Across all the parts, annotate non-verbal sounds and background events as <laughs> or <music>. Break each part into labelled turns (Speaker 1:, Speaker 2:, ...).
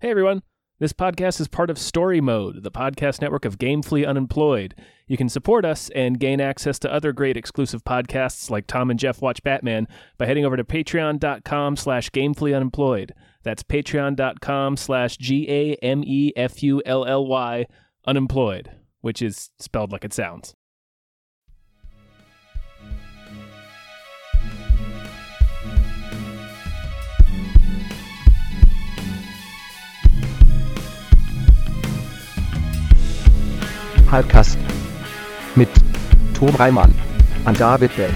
Speaker 1: Hey everyone! This podcast is part of Story Mode, the podcast network of Gamefully Unemployed. You can support us and gain access to other great exclusive podcasts like Tom and Jeff Watch Batman by heading over to patreon.com slash gamefully unemployed. That's patreon.com slash G A M E F U L L Y unemployed, which is spelled like it sounds.
Speaker 2: Halbkasten. Mit Tom Reimann an David Bell.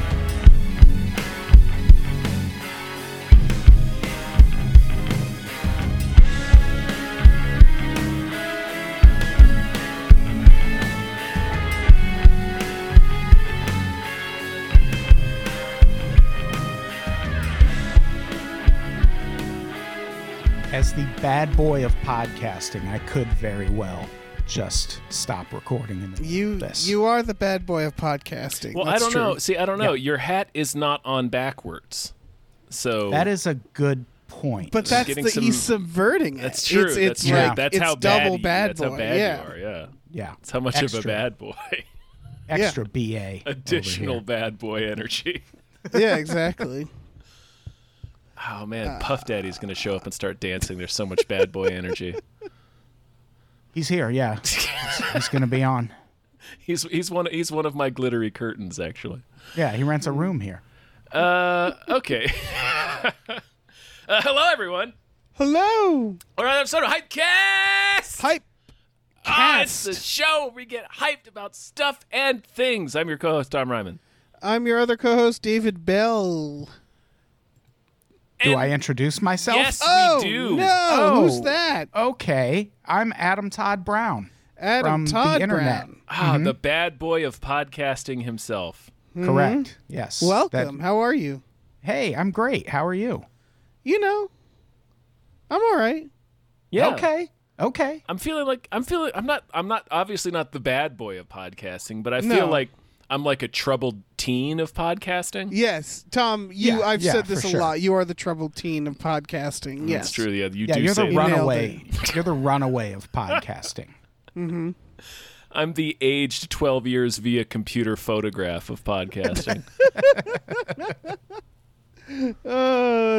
Speaker 3: As the bad boy of podcasting, I could very well just stop recording in the middle
Speaker 4: You
Speaker 3: of this.
Speaker 4: you are the bad boy of podcasting.
Speaker 1: Well,
Speaker 4: That's
Speaker 1: I don't
Speaker 4: true.
Speaker 1: know. See, I don't know. Your hat is not on backwards. So
Speaker 3: that is a good point.
Speaker 4: But that's
Speaker 1: Getting
Speaker 4: the
Speaker 1: some-
Speaker 4: he's subverting it.
Speaker 1: that's true.
Speaker 4: It's, it's
Speaker 1: that's true.
Speaker 4: like
Speaker 1: that's
Speaker 4: it's
Speaker 1: how bad
Speaker 4: double
Speaker 1: you,
Speaker 4: bad
Speaker 1: that's
Speaker 4: boy.
Speaker 1: how bad
Speaker 4: yeah.
Speaker 1: you are, yeah.
Speaker 3: yeah,
Speaker 1: That's how much
Speaker 3: extra,
Speaker 1: of a bad boy.
Speaker 3: extra ba over
Speaker 1: <laughs> Additional
Speaker 3: here.
Speaker 1: bad boy energy. <laughs>
Speaker 4: yeah, exactly.
Speaker 1: Oh man, Puff Daddy's gonna show up and start dancing. There's so much bad boy energy.
Speaker 3: He's here. Yeah, He's- he's going to be on.
Speaker 1: <laughs> He's he's one he's one of my glittery curtains actually.
Speaker 3: Yeah, he rents a room here.
Speaker 1: Uh, okay. <laughs> uh, hello everyone.
Speaker 4: Hello.
Speaker 1: All right, episode of Hypecast.
Speaker 4: Hype.
Speaker 1: Ah, it's the show where we get hyped about stuff and things. I'm your co-host Tom Ryman.
Speaker 4: I'm your other co-host David Bell.
Speaker 3: Do
Speaker 1: And-
Speaker 3: I introduce myself?
Speaker 1: Yes,
Speaker 4: oh
Speaker 1: we do.
Speaker 4: no,
Speaker 3: Oh.
Speaker 4: who's that?
Speaker 3: Okay, I'm Adam Todd Brown.
Speaker 4: Adam
Speaker 3: From the
Speaker 4: Todd
Speaker 3: internet.
Speaker 4: Brown.
Speaker 1: Ah, the bad boy of podcasting himself.
Speaker 3: Correct. Yes. That-
Speaker 4: Mm-hmm. Welcome. How are you?
Speaker 3: hey, I'm great. How are you?
Speaker 4: You know, I'm all right.
Speaker 1: Yeah.
Speaker 3: Okay. Okay.
Speaker 1: I'm feeling like I'm feeling I'm not I'm not obviously not the bad boy of podcasting, but I feel
Speaker 4: No.
Speaker 1: like I'm like a troubled teen of podcasting.
Speaker 4: Yes, Tom. You.
Speaker 3: Yeah,
Speaker 4: I've
Speaker 3: yeah,
Speaker 4: said this
Speaker 3: for
Speaker 4: a
Speaker 3: sure.
Speaker 4: lot. You are the troubled teen of podcasting. yes,
Speaker 1: That's true. Yeah, you
Speaker 3: Yeah,
Speaker 1: do
Speaker 3: you're
Speaker 1: say
Speaker 3: the
Speaker 1: that.
Speaker 4: run-
Speaker 3: runaway. You're the runaway of podcasting.
Speaker 1: I'm the aged 12 years via computer photograph of
Speaker 4: <laughs>
Speaker 1: podcasting.
Speaker 4: Oh,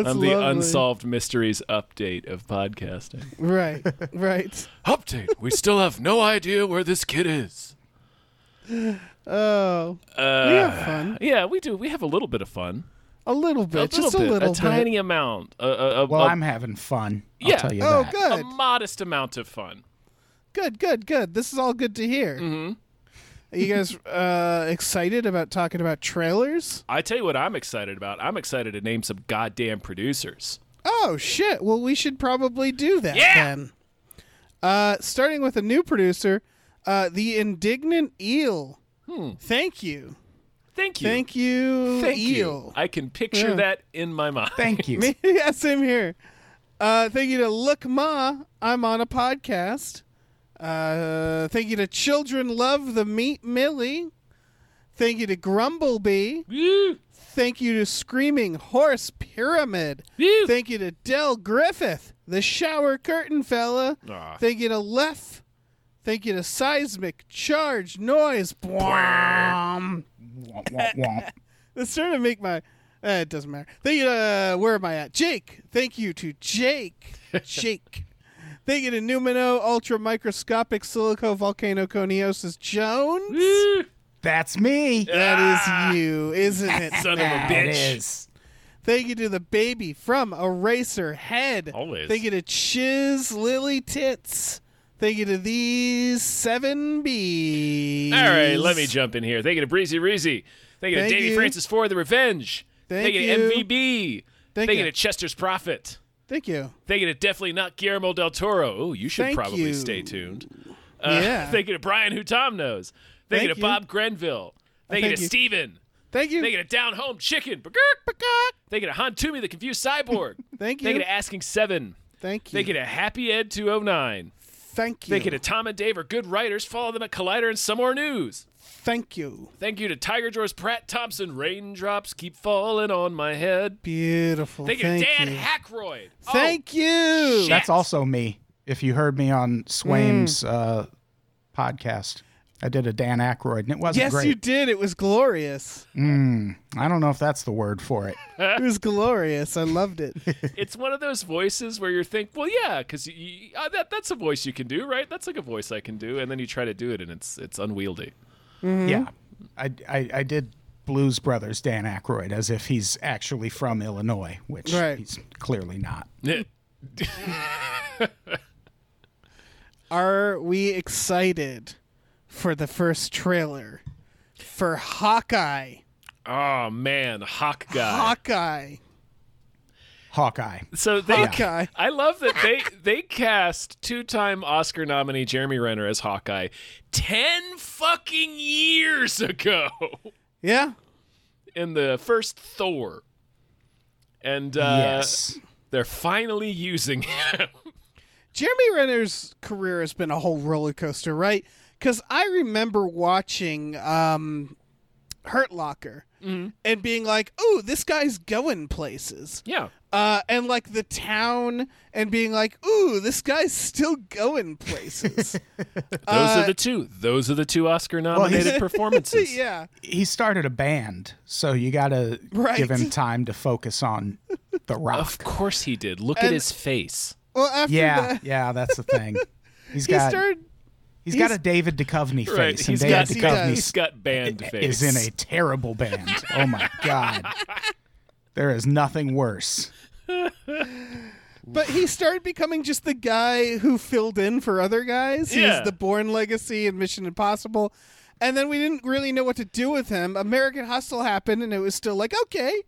Speaker 4: that's
Speaker 1: I'm the
Speaker 4: lovely.
Speaker 1: unsolved mysteries update of podcasting.
Speaker 4: Right. <laughs> Right.
Speaker 1: update. We still have no idea where this kid is.
Speaker 4: Oh,
Speaker 1: Uh,
Speaker 4: we have fun.
Speaker 1: Yeah, we do. We have a little bit of fun.
Speaker 4: A little
Speaker 1: A
Speaker 4: bit,
Speaker 1: little
Speaker 4: just
Speaker 1: bit,
Speaker 4: a little bit.
Speaker 1: tiny amount. A, a, a,
Speaker 3: Well,
Speaker 1: a,
Speaker 3: I'm having fun. I'll
Speaker 1: yeah.
Speaker 3: tell you
Speaker 4: Oh,
Speaker 3: that.
Speaker 1: a
Speaker 4: good,
Speaker 1: modest amount of fun.
Speaker 4: good, good, good. This is all good to hear. Mm-hmm. Are you guys uh, excited about talking about trailers?
Speaker 1: I tell you what I'm excited about. I'm excited to name some goddamn producers.
Speaker 4: Oh shit! Well, we should probably do that
Speaker 1: Yeah!
Speaker 4: then. Uh, starting with a new producer, uh, the indignant eel. Thank you,
Speaker 1: Hmm. Thank you.
Speaker 4: thank you,
Speaker 1: Thank you.
Speaker 4: eel.
Speaker 1: I can picture
Speaker 4: Yeah.
Speaker 1: that in my mind.
Speaker 4: <laughs>
Speaker 3: Thank you.
Speaker 4: yeah, same here. Uh, thank you to Look Ma. I'm on a podcast. Uh, thank you to Children Love the Meat Millie. Thank you to Grumblebee.
Speaker 1: Woo!
Speaker 4: Thank you to Screaming Horse Pyramid.
Speaker 1: Woo!
Speaker 4: Thank you to Del Griffith, the shower curtain fella.
Speaker 1: Aw.
Speaker 4: Thank you to Lef. Thank you to Seismic Charge Noise. Bwom.
Speaker 3: Um, Womp, womp, womp.
Speaker 4: It's starting to make my. Uh, it doesn't matter. Thank you to. where am I at? Jake. Thank you to
Speaker 1: <laughs>
Speaker 4: Jake. Jake. Thank you to Numino Ultra Microscopic Silico Volcano Coniosis Jones.
Speaker 1: Woo! Ah!
Speaker 3: That's me.
Speaker 4: That is you, isn't it?
Speaker 1: <laughs> Son of a
Speaker 4: now?
Speaker 1: bitch.
Speaker 3: It is.
Speaker 4: Thank you to the baby from Eraser Head.
Speaker 1: Always.
Speaker 4: Thank you to Chiz Lily Tits. Thank you to these seven bees.
Speaker 1: All right, let me jump in here. Thank you to Breezy Reezy. Thank you
Speaker 4: Thank
Speaker 1: to Davy
Speaker 4: you.
Speaker 1: Francis for the Revenge.
Speaker 4: Thank
Speaker 1: to
Speaker 4: you.
Speaker 1: MVB.
Speaker 4: Thank
Speaker 1: you
Speaker 4: you.
Speaker 1: to Chester's Prophet.
Speaker 4: Thank you.
Speaker 1: Thank you to definitely not Guillermo del Toro. Oh, you should
Speaker 4: Thank
Speaker 1: probably
Speaker 4: you.
Speaker 1: stay tuned. Uh, <laughs>
Speaker 4: Yeah.
Speaker 1: Thank you to Brian, who Tom knows. Thank, you to
Speaker 4: Thank you.
Speaker 1: Bob Grenville. Thank, you
Speaker 4: thank
Speaker 1: to
Speaker 4: you.
Speaker 1: Steven.
Speaker 4: Thank you.
Speaker 1: Thank you to Down Home Chicken. Ba-gurk, ba-gurk. Thank you to Han Toomey, the Confused Cyborg. Thank
Speaker 4: Thank you.
Speaker 1: you to Asking Seven.
Speaker 4: Thank you.
Speaker 1: Thank you to Happy Ed 209.
Speaker 4: Thank you.
Speaker 1: Thank you to Tom and Dave are good writers. Follow them at Collider and Somewhere News.
Speaker 4: Thank you.
Speaker 1: Thank you to Tiger Jaws Pratt Thompson. Raindrops keep falling on my head.
Speaker 4: Beautiful.
Speaker 1: Thank you to Dan Hackroyd. Oh,
Speaker 4: Thank you.
Speaker 1: Shit.
Speaker 3: That's also me. If you heard me on Swaim's uh, podcast, I did a Dan Aykroyd, and it wasn't
Speaker 4: Yes,
Speaker 3: great.
Speaker 4: you did. It was glorious.
Speaker 3: I don't know if that's the word for it.
Speaker 4: It was glorious. I
Speaker 3: <laughs>
Speaker 4: loved it.
Speaker 1: <laughs> It's one of those voices where you think, well, yeah, because you, you, uh, that that's a voice you can do, right? That's like a voice I can do, and then you try to do it, and it's it's unwieldy. <laughs>
Speaker 3: Yeah, I, I I did Blues Brothers Dan Aykroyd as if he's actually from Illinois, which
Speaker 4: Right.
Speaker 3: he's clearly not.
Speaker 4: Are we excited for the first trailer for Hawkeye?
Speaker 1: oh man, Hawk guy.
Speaker 4: Hawkeye.
Speaker 3: Hawkeye.
Speaker 1: So they,
Speaker 4: Hawkeye.
Speaker 1: I love that they they cast two-time Oscar nominee Jeremy Renner as Hawkeye ten fucking years ago <laughs>
Speaker 4: Yeah.
Speaker 1: in the first Thor, and uh,
Speaker 3: yes.
Speaker 1: they're finally using
Speaker 4: <laughs>
Speaker 1: him.
Speaker 4: Jeremy Renner's career has been a whole roller coaster, right? Because I remember watching um, Hurt Locker
Speaker 1: Mm-hmm.
Speaker 4: and being like, "Oh, this guy's going places,"
Speaker 1: yeah,
Speaker 4: uh, and like the town, and being like, "Ooh, this guy's still
Speaker 3: <laughs>
Speaker 4: going places." <laughs>
Speaker 1: those
Speaker 4: Uh,
Speaker 1: are the two. Those are the two Oscar nominated
Speaker 4: <laughs>
Speaker 1: performances.
Speaker 4: yeah,
Speaker 3: He started a band, so you got to
Speaker 4: Right.
Speaker 3: give him time to focus on the
Speaker 1: Of
Speaker 3: rock.
Speaker 1: course he did. Look at
Speaker 4: And-
Speaker 1: his face.
Speaker 4: well, <laughs> after
Speaker 3: yeah,
Speaker 4: that,
Speaker 3: yeah, that's the thing.
Speaker 4: <laughs>
Speaker 3: He's
Speaker 4: he
Speaker 3: got
Speaker 4: started.
Speaker 3: he's got
Speaker 4: he's-
Speaker 3: a David Duchovny face,
Speaker 1: Right,
Speaker 3: and
Speaker 1: he's
Speaker 3: David
Speaker 1: got,
Speaker 4: he
Speaker 3: Duchovny
Speaker 4: does.
Speaker 1: he's got
Speaker 3: <laughs>
Speaker 1: band face.
Speaker 3: is in a terrible band. Oh
Speaker 1: <laughs>
Speaker 3: my god. There is nothing worse.
Speaker 4: But he started becoming just the guy who filled in for other guys. He
Speaker 1: Yeah.
Speaker 4: was the Born Legacy and Mission Impossible. And then we didn't really know what to do with him. American Hustle happened, and it was still like, okay,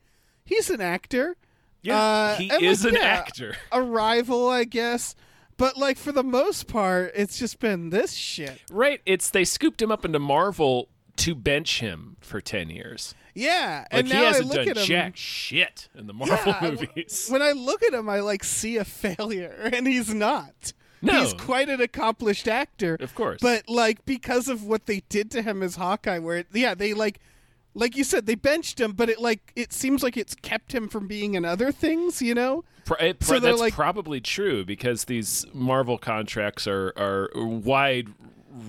Speaker 4: he's an actor.
Speaker 1: Yeah,
Speaker 4: Uh,
Speaker 1: he
Speaker 4: and,
Speaker 1: is
Speaker 4: like,
Speaker 1: an
Speaker 4: yeah,
Speaker 1: actor.
Speaker 4: A rival, I guess. But, like, for the most part, it's just been this shit.
Speaker 1: Right. It's they scooped him up into Marvel to bench him for ten years.
Speaker 4: Yeah.
Speaker 1: Like
Speaker 4: and
Speaker 1: he
Speaker 4: now I
Speaker 1: hasn't
Speaker 4: look
Speaker 1: done
Speaker 4: at him.
Speaker 1: jack shit in the Marvel
Speaker 4: Yeah, w-
Speaker 1: movies.
Speaker 4: When I look at him, I, like, see a failure, <laughs> and he's not.
Speaker 1: No.
Speaker 4: He's quite an accomplished actor.
Speaker 1: Of course.
Speaker 4: But like because of what they did to him as Hawkeye, where it, yeah they like, like you said they benched him, but it like it seems like it's kept him from being in other things, you know?
Speaker 1: <laughs> Pro- it-
Speaker 4: So
Speaker 1: pro-
Speaker 4: they're
Speaker 1: that's
Speaker 4: like-
Speaker 1: probably true because these Marvel contracts are are wide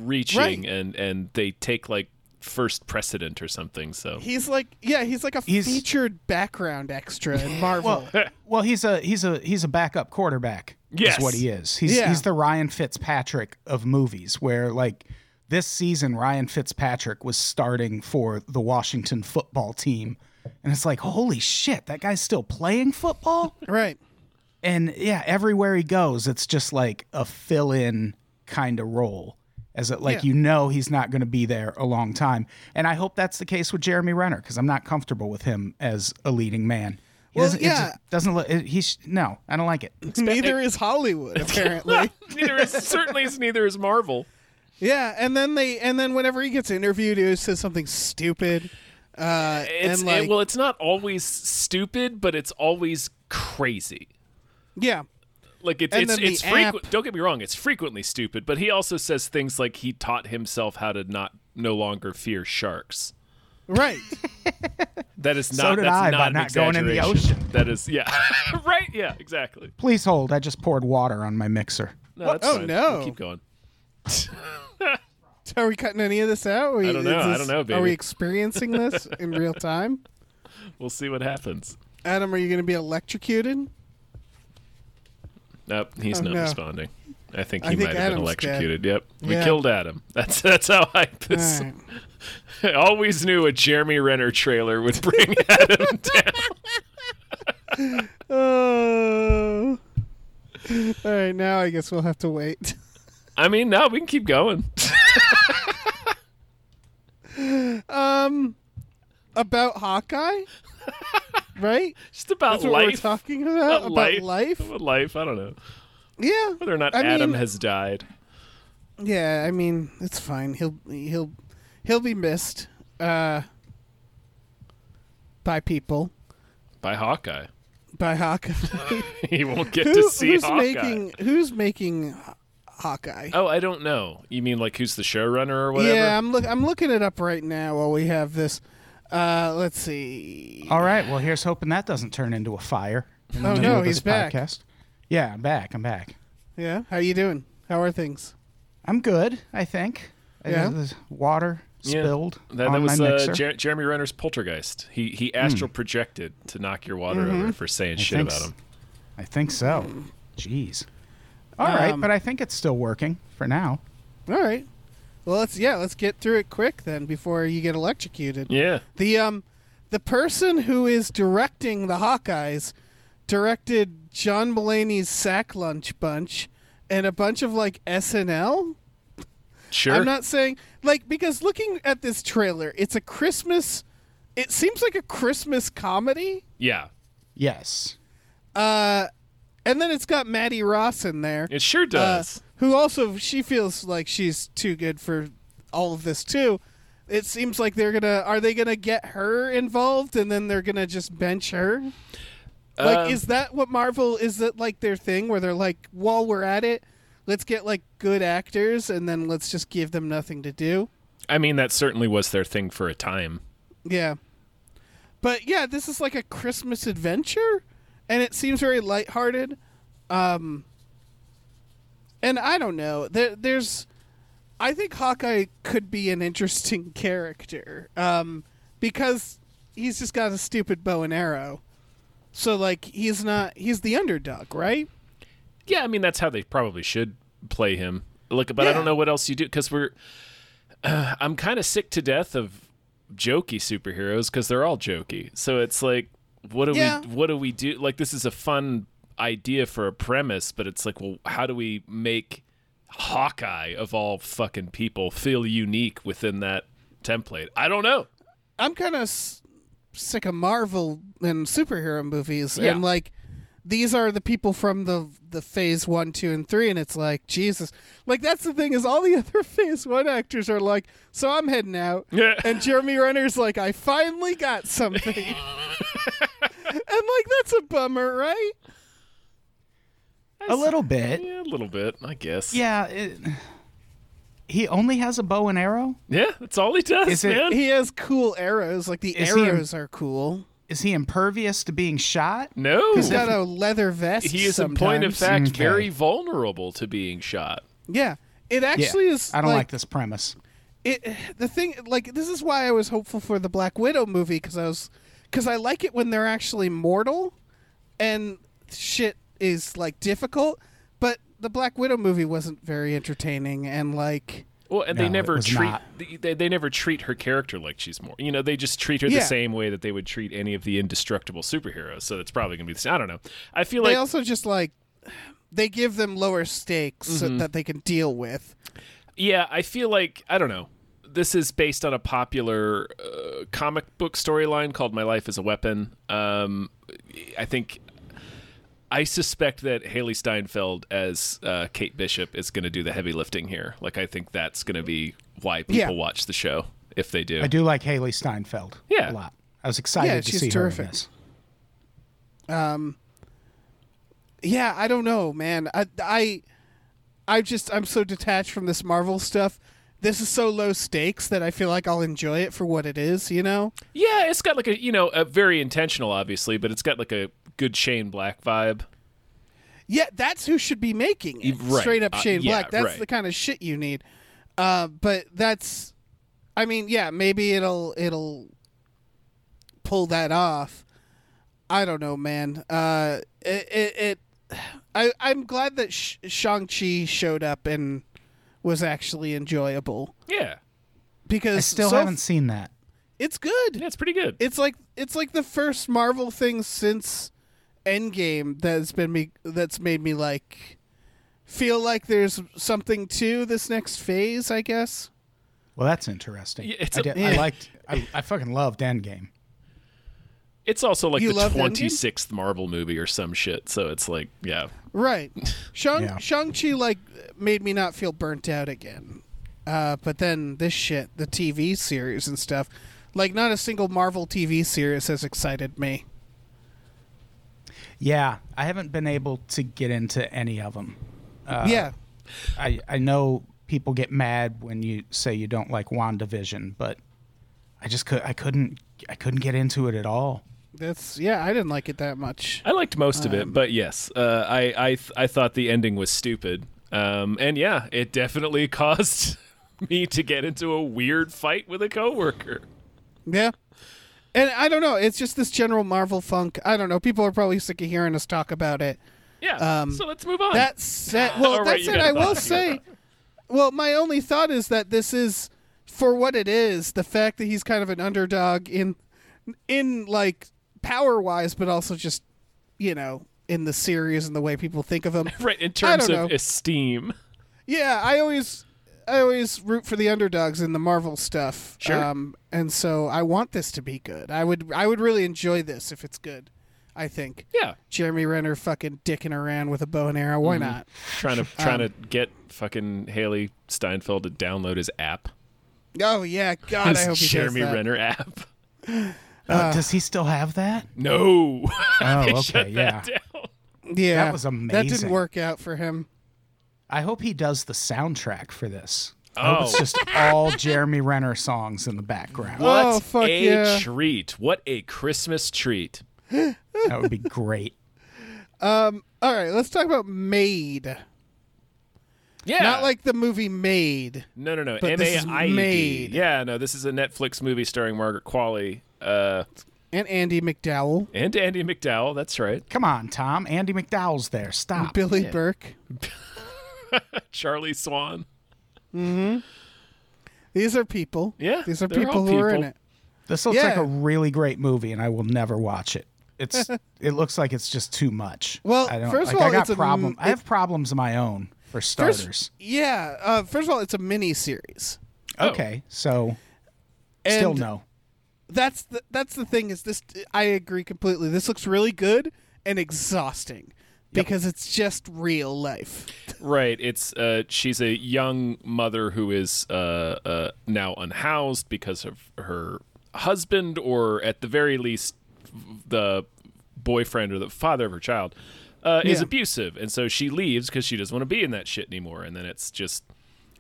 Speaker 1: reaching
Speaker 4: Right.
Speaker 1: and and they take like first precedent or something. So
Speaker 4: He's like yeah he's like a
Speaker 3: He's-
Speaker 4: featured background extra
Speaker 1: <laughs>
Speaker 4: in Marvel.
Speaker 3: Well, he's a he's a he's a backup quarterback.
Speaker 1: Yes.
Speaker 3: Is what he is. He's
Speaker 4: Yeah.
Speaker 3: he's the Ryan Fitzpatrick of movies where like this season Ryan Fitzpatrick was starting for the Washington football team. And it's like, holy shit, that guy's still playing football?
Speaker 4: right.
Speaker 3: And yeah, everywhere he goes, it's just like a fill in kind of role. As it like
Speaker 4: Yeah.
Speaker 3: you know he's not going to be there a long time. And I hope that's the case with Jeremy Renner because I'm not comfortable with him as a leading man. He
Speaker 4: Well,
Speaker 3: doesn't, it
Speaker 4: yeah.
Speaker 3: just doesn't look. It, he sh- no, I don't like it.
Speaker 4: Neither is
Speaker 1: <laughs>
Speaker 4: Hollywood apparently.
Speaker 1: neither is certainly is neither is Marvel.
Speaker 4: yeah, and then they and then whenever he gets interviewed, he says something stupid. Uh,
Speaker 1: It's
Speaker 4: and like
Speaker 1: it- well, it's not always stupid, but it's always crazy.
Speaker 4: yeah.
Speaker 1: Like it's
Speaker 4: And
Speaker 1: it's
Speaker 4: then the
Speaker 1: it's frequent.
Speaker 4: app-
Speaker 1: Don't get me wrong; it's frequently stupid, but he also says things like he taught himself how to not no longer fear sharks. <laughs>
Speaker 4: Right.
Speaker 1: That is not.
Speaker 3: So did
Speaker 1: that's
Speaker 3: I
Speaker 1: not
Speaker 3: by
Speaker 1: an
Speaker 3: not going in the
Speaker 1: exaggeration. That is yeah, <laughs> right. Yeah, exactly.
Speaker 3: Please hold. I just poured water on my mixer.
Speaker 1: No,
Speaker 4: What?
Speaker 1: that's
Speaker 4: Oh,
Speaker 1: fine.
Speaker 4: no.
Speaker 1: We'll keep going.
Speaker 4: Are we cutting any of this out? Are we-
Speaker 1: I don't
Speaker 4: is
Speaker 1: know. I
Speaker 4: this-
Speaker 1: don't know,
Speaker 4: Are we
Speaker 1: baby. <laughs>
Speaker 4: experiencing this in real time?
Speaker 1: We'll see what happens.
Speaker 4: Adam, are you going to be electrocuted?
Speaker 1: Nope, he's
Speaker 4: Oh,
Speaker 1: not
Speaker 4: no.
Speaker 1: responding. I think
Speaker 4: I
Speaker 1: he might
Speaker 4: think
Speaker 1: have been
Speaker 4: Adam's
Speaker 1: electrocuted. Yep, we
Speaker 4: Yeah.
Speaker 1: killed Adam. <laughs> That's that's how I this.
Speaker 4: All right.
Speaker 1: I <laughs> always knew a Jeremy Renner trailer would bring <laughs> Adam down.
Speaker 4: Oh. All right, now I guess we'll have to wait. <laughs>
Speaker 1: I mean, no, we can keep going. <laughs>
Speaker 4: Um,
Speaker 1: <laughs>
Speaker 4: About Hawkeye? Right?
Speaker 1: Just about
Speaker 4: That's what we're
Speaker 1: life.
Speaker 4: talking about? About life?
Speaker 1: About life. I don't know
Speaker 4: Yeah.
Speaker 1: whether or not
Speaker 4: I
Speaker 1: Adam
Speaker 4: mean,
Speaker 1: has died.
Speaker 4: Yeah, I mean, it's fine. He'll he'll he'll be missed uh by people,
Speaker 1: by Hawkeye. <laughs>
Speaker 4: by Hawkeye.
Speaker 1: he won't
Speaker 4: <laughs>
Speaker 1: get <laughs> to
Speaker 4: Who-
Speaker 1: see
Speaker 4: who's
Speaker 1: Hawkeye.
Speaker 4: making who's making Hawkeye?
Speaker 1: Oh, I don't know. You mean like who's the showrunner or whatever?
Speaker 4: Yeah, I'm look. I'm looking it up right now while we have this. Uh, let's see.
Speaker 3: All right. Well, here's hoping that doesn't turn into a fire. in the
Speaker 4: Oh,
Speaker 3: middle
Speaker 4: no,
Speaker 3: of this
Speaker 4: he's back.
Speaker 3: podcast. Yeah, I'm back. I'm back.
Speaker 4: Yeah. How you doing? How are things?
Speaker 3: I'm good, I think. Uh,
Speaker 4: Yeah.
Speaker 3: there's water
Speaker 5: Yeah.
Speaker 3: spilled
Speaker 1: That,
Speaker 3: on
Speaker 1: that was
Speaker 3: my
Speaker 1: uh,
Speaker 3: mixer.
Speaker 1: Jer- Jeremy Renner's poltergeist. He he
Speaker 4: Hmm.
Speaker 1: astral projected to knock your water
Speaker 4: Mm-hmm.
Speaker 1: over for saying shit
Speaker 3: thanks.
Speaker 1: about him.
Speaker 3: I think so. Jeez. All right,
Speaker 4: Um,
Speaker 3: but I think it's still working for now.
Speaker 4: All right. Well, let's yeah, let's get through it quick then before you get electrocuted.
Speaker 1: Yeah.
Speaker 4: The um the person who is directing the Hawkeyes directed John Mulaney's Sack Lunch Bunch and a bunch of like SNL.
Speaker 1: Sure.
Speaker 4: I'm not saying like because looking at this trailer, it's a Christmas it seems like a Christmas comedy.
Speaker 1: yeah.
Speaker 3: Yes.
Speaker 4: And then it's got Maddie Ross in there.
Speaker 1: It sure
Speaker 4: uh,
Speaker 1: does.
Speaker 4: who also she feels like she's too good for all of this too. It seems like they're gonna are they gonna get her involved and then they're gonna just bench her? Like,
Speaker 1: Um,
Speaker 4: is that what Marvel is that like their thing where they're like, while we're at it, let's get like good actors and then let's just give them nothing to do?
Speaker 1: I mean, that certainly was their thing for a time.
Speaker 4: Yeah. But yeah, this is like a Christmas adventure and it seems very lighthearted. Um and I don't know. There there's I think Hawkeye could be an interesting <laughs> character. Um because he's just got a stupid bow and arrow. So like he's not he's the underdog, right?
Speaker 1: Yeah, I mean that's how they probably should play him. Look, but I
Speaker 4: Yeah.
Speaker 1: don't know what else you do because we're. <sighs> I'm kind of sick to death of jokey superheroes because they're all jokey. So it's like, what do
Speaker 4: Yeah.
Speaker 1: we? What do we do? Like this is a fun idea for a premise, but it's like, well, how do we make Hawkeye of all fucking people feel unique within that template? I don't know.
Speaker 4: I'm kind of s- sick of Marvel and superhero movies,
Speaker 1: Yeah.
Speaker 4: and like these are the people from the the Phase One, Two, and Three, and it's like Jesus. Like that's the thing is all the <laughs> other Phase One actors are like, so I'm heading out,
Speaker 1: <laughs> Yeah.
Speaker 4: and Jeremy Renner's like, I finally got
Speaker 1: <laughs>
Speaker 4: something, <laughs> and like that's a bummer, right?
Speaker 3: A little bit.
Speaker 1: Yeah, a little bit, I guess.
Speaker 3: Yeah. It, he only has a bow and arrow?
Speaker 1: yeah, that's all he does,
Speaker 3: Is it-
Speaker 1: man.
Speaker 4: He has cool arrows, like the
Speaker 3: Is he in-
Speaker 4: arrows are cool.
Speaker 3: Is he impervious to being shot?
Speaker 1: no,
Speaker 4: He's got a leather vest.
Speaker 1: he is in point of
Speaker 4: sometimes.
Speaker 1: fact
Speaker 3: Okay.
Speaker 1: very vulnerable to being shot.
Speaker 4: Yeah, it actually
Speaker 3: yeah.
Speaker 4: is.
Speaker 3: I don't
Speaker 4: like
Speaker 3: like this premise.
Speaker 4: it the thing like this is why I was hopeful for the Black Widow movie because I was because I like it when they're actually mortal and shit is like difficult, but the Black Widow movie wasn't very entertaining and like
Speaker 1: Well, and
Speaker 3: No,
Speaker 1: they
Speaker 3: it
Speaker 1: never
Speaker 3: was
Speaker 1: treat
Speaker 3: not.
Speaker 1: they, they never treat her character like she's more. You know, they just treat her
Speaker 4: Yeah.
Speaker 1: the same way that they would treat any of the indestructible superheroes. So that's probably going to be the same. I don't know. I feel
Speaker 4: they
Speaker 1: like
Speaker 4: also just like they give them lower stakes so that they can deal with.
Speaker 1: yeah, I feel like I don't know. This is based on a popular uh, comic book storyline called "My Life as a Weapon." Um, I think I suspect that Haley Steinfeld as uh, Kate Bishop is going to do the heavy lifting here. Like, I think that's going to be why people
Speaker 4: Yeah.
Speaker 1: watch the show if they do.
Speaker 3: I do like Haley Steinfeld
Speaker 1: Yeah.
Speaker 3: a lot. I was excited
Speaker 4: Yeah,
Speaker 3: to
Speaker 4: she's
Speaker 3: see her.
Speaker 4: terrific.
Speaker 3: in this.
Speaker 4: Yeah, I don't know, man. I I I just I'm so detached from this Marvel stuff. This is so low stakes that I feel like I'll enjoy it for what it is, you know?
Speaker 1: Yeah, it's got like a you know a very intentional, obviously, but it's got like a good Shane Black vibe.
Speaker 4: Yeah, that's who should be making it.
Speaker 1: Y- right.
Speaker 4: Straight up
Speaker 1: Uh,
Speaker 4: Shane
Speaker 1: yeah,
Speaker 4: Black. That's
Speaker 1: right.
Speaker 4: the kind of shit you need. Uh, but that's, I mean, yeah, maybe it'll it'll pull that off. I don't know, man. Uh, it, it, it I I'm glad that Sh- Shang Chi showed up and was actually enjoyable
Speaker 1: Yeah,
Speaker 4: because
Speaker 3: I still
Speaker 4: so
Speaker 3: haven't seen that.
Speaker 4: It's good.
Speaker 1: yeah, it's pretty good.
Speaker 4: It's like it's like the first Marvel thing since Endgame that's been me that's made me like feel like there's something to this next phase. I guess.
Speaker 3: Well, that's interesting.
Speaker 1: Yeah, it's
Speaker 3: I
Speaker 1: a-
Speaker 3: did- I liked. I, I fucking loved Endgame.
Speaker 1: It's also like
Speaker 4: You
Speaker 1: the
Speaker 4: love Endgame?
Speaker 1: twenty sixth Marvel movie or some shit. So it's like yeah,
Speaker 4: Right. Shang
Speaker 3: Yeah.
Speaker 4: Shang Chi like made me not feel burnt out again. Uh, but then this shit, the TV series and stuff, like not a single Marvel TV series has excited me.
Speaker 3: Yeah, I haven't been able to get into any of them.
Speaker 4: yeah.
Speaker 3: I I know people get mad when you say you don't like WandaVision, but I just could I couldn't I couldn't get into it at all.
Speaker 4: That's yeah. I didn't like it that much.
Speaker 1: I liked most of
Speaker 4: Um,
Speaker 1: it, but yes, uh, I I th- I thought the ending was stupid, um, and yeah, it definitely <laughs> caused me to get into a weird fight with a coworker.
Speaker 4: Yeah. And I don't know. It's just this general Marvel funk. I don't know. People are probably sick of hearing us talk about it.
Speaker 1: Yeah,
Speaker 4: Um,
Speaker 1: so let's move on.
Speaker 4: That
Speaker 1: <laughs>
Speaker 4: said, well,
Speaker 1: All
Speaker 4: that
Speaker 1: right, you
Speaker 4: said,
Speaker 1: got a thought.
Speaker 4: I
Speaker 1: You
Speaker 4: will
Speaker 1: got a
Speaker 4: say, well, my only thought is that this is, for what it is, the fact that he's kind of an underdog in, in like power wise, but also just, you know, in the series and the way people think of him. <laughs>
Speaker 1: right in terms
Speaker 4: don't
Speaker 1: of
Speaker 4: know.
Speaker 1: esteem.
Speaker 4: Yeah, I always, I always root for the underdogs in the Marvel stuff.
Speaker 1: Sure.
Speaker 4: Um, and so I want this to be good. I would, I would really enjoy this if it's good. I think.
Speaker 1: Yeah,
Speaker 4: Jeremy Renner fucking dicking around with a bow and arrow. Why
Speaker 1: Mm-hmm.
Speaker 4: not?
Speaker 1: trying to trying
Speaker 4: Um,
Speaker 1: to get fucking Haley Steinfeld to download his app,
Speaker 4: Oh yeah, God, I
Speaker 1: his
Speaker 4: hope he
Speaker 1: Jeremy
Speaker 4: does that.
Speaker 1: Renner app. <laughs>
Speaker 3: Uh, does he still have that?
Speaker 1: No, <laughs>
Speaker 3: Oh, okay,
Speaker 1: shut
Speaker 3: yeah.
Speaker 1: that down.
Speaker 4: Yeah,
Speaker 3: That was
Speaker 4: That
Speaker 3: amazing.
Speaker 4: didn't work out for him.
Speaker 3: I hope he does the soundtrack for this. I hope
Speaker 1: Oh,
Speaker 3: it's just all Jeremy Renner songs in the background.
Speaker 1: what
Speaker 4: Oh, fuck
Speaker 1: a
Speaker 4: yeah.
Speaker 1: treat! What a Christmas treat!
Speaker 3: That would be great.
Speaker 4: Um, All right, let's talk about Made.
Speaker 1: Yeah,
Speaker 4: Not like the movie Made.
Speaker 1: No, no, no.
Speaker 4: But
Speaker 1: M
Speaker 4: this
Speaker 1: A
Speaker 4: is
Speaker 1: I E D.
Speaker 4: made.
Speaker 1: Yeah, no. This is a Netflix movie starring Margaret Qualley uh,
Speaker 4: And Andy McDowell,
Speaker 1: and Andy McDowell. That's right.
Speaker 3: Come on, Tom. Andy McDowell's there.
Speaker 1: Ah,
Speaker 3: Stop.
Speaker 4: Billy Burke.
Speaker 1: Charlie Swan.
Speaker 4: These are people.
Speaker 1: Yeah,
Speaker 4: these are
Speaker 1: they're
Speaker 4: people
Speaker 1: all
Speaker 4: who are in
Speaker 1: people.
Speaker 4: it.
Speaker 3: This looks like
Speaker 4: Yeah.
Speaker 3: a really great movie, and I will never watch it. It's
Speaker 4: <laughs>
Speaker 3: it looks like it's just too much.
Speaker 4: Well,
Speaker 3: I don't,
Speaker 4: first of
Speaker 3: like,
Speaker 4: all,
Speaker 3: I got
Speaker 4: it's a m-
Speaker 3: problem. I have problems of my own for starters.
Speaker 4: First, yeah. Uh, first of all, it's a mini series.
Speaker 3: okay, so still no.
Speaker 4: that's the that's the thing is this I agree completely. This looks really good and exhausting because it's just real life.
Speaker 1: Right. It's uh, she's a young mother who is uh, uh, now unhoused because of her husband, or at the very least, the boyfriend or the father of her child uh, is
Speaker 4: Yeah.
Speaker 1: abusive, and so she leaves because she doesn't want to be in that shit anymore. And then it's just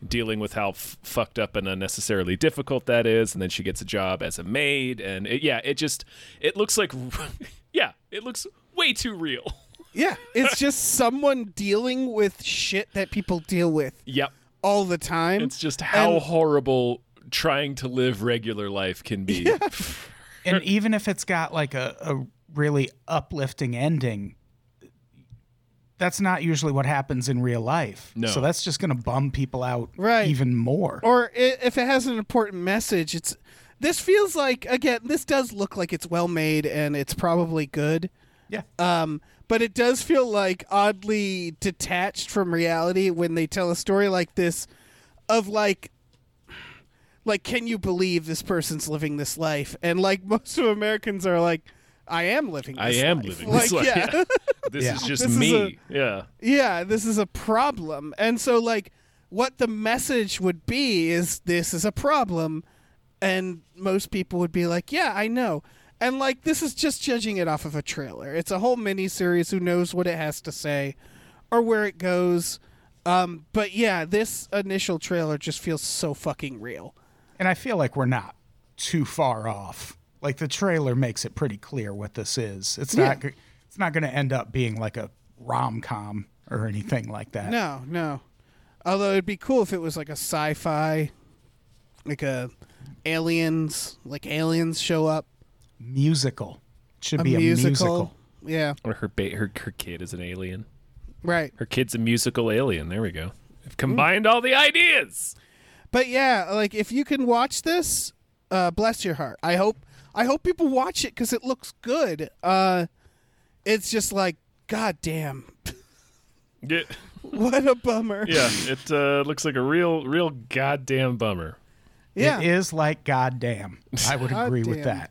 Speaker 1: dealing with how f- fucked up and unnecessarily difficult that is and then she gets a job as a maid and it, yeah it just it looks like <laughs> yeah it looks way too real
Speaker 4: Yeah, <laughs> it's just someone dealing with shit that people deal with
Speaker 1: yep
Speaker 4: all the <laughs> time.
Speaker 1: It's just how
Speaker 4: And-
Speaker 1: horrible trying to live regular life can be.
Speaker 3: And even if it's got like a, a really uplifting ending, that's not usually what happens in real life.
Speaker 1: No.
Speaker 3: So that's just going to bum people out
Speaker 4: Right.
Speaker 3: even more.
Speaker 4: or i- if it has an important message, it's this feels like again, this does look like it's well made and it's probably good.
Speaker 3: yeah.
Speaker 4: Um, but it does feel like oddly detached from reality when they tell a story like this of like like can you believe this person's living this life? And like <laughs> most of Americans are like I am living this
Speaker 1: I am
Speaker 4: life."
Speaker 1: living
Speaker 4: like,
Speaker 1: this life.
Speaker 4: Yeah. <laughs>
Speaker 1: yeah. This
Speaker 3: Yeah.
Speaker 1: is just
Speaker 4: This is
Speaker 1: me.
Speaker 4: a-
Speaker 1: yeah.
Speaker 4: yeah, this is a problem. And so like what the message would be is this is a problem and most people would be like, "Yeah, I know." And like this is just judging it off of a trailer. It's a whole mini series who knows what it has to say or where it goes. Um, but yeah, this initial trailer just feels so fucking real.
Speaker 3: And I feel like we're not too far off. Like the trailer makes it pretty clear what this is. It's not g it's not going to end up being like a rom-com or anything like that.
Speaker 4: No, no. Although it'd be cool if it was like a sci-fi like a aliens, like aliens show up
Speaker 3: Musical. Should
Speaker 4: a
Speaker 3: be
Speaker 4: musical.
Speaker 3: a musical.
Speaker 4: Yeah,
Speaker 1: Or her, ba- her her kid is an alien.
Speaker 4: right.
Speaker 1: Her kid's a musical alien. There we go.
Speaker 4: Hmm.
Speaker 1: I've combined all the ideas.
Speaker 4: But yeah, like if you can watch this, uh, bless your heart. I hope I hope people watch it because it looks good. Uh, it's just like, god damn, <laughs>
Speaker 1: Yeah.
Speaker 4: what a bummer.
Speaker 1: Yeah. It uh, looks like a real real goddamn bummer.
Speaker 4: Yeah.
Speaker 3: It is like goddamn. I
Speaker 4: <laughs>
Speaker 3: would agree with
Speaker 4: Goddamn.
Speaker 3: that.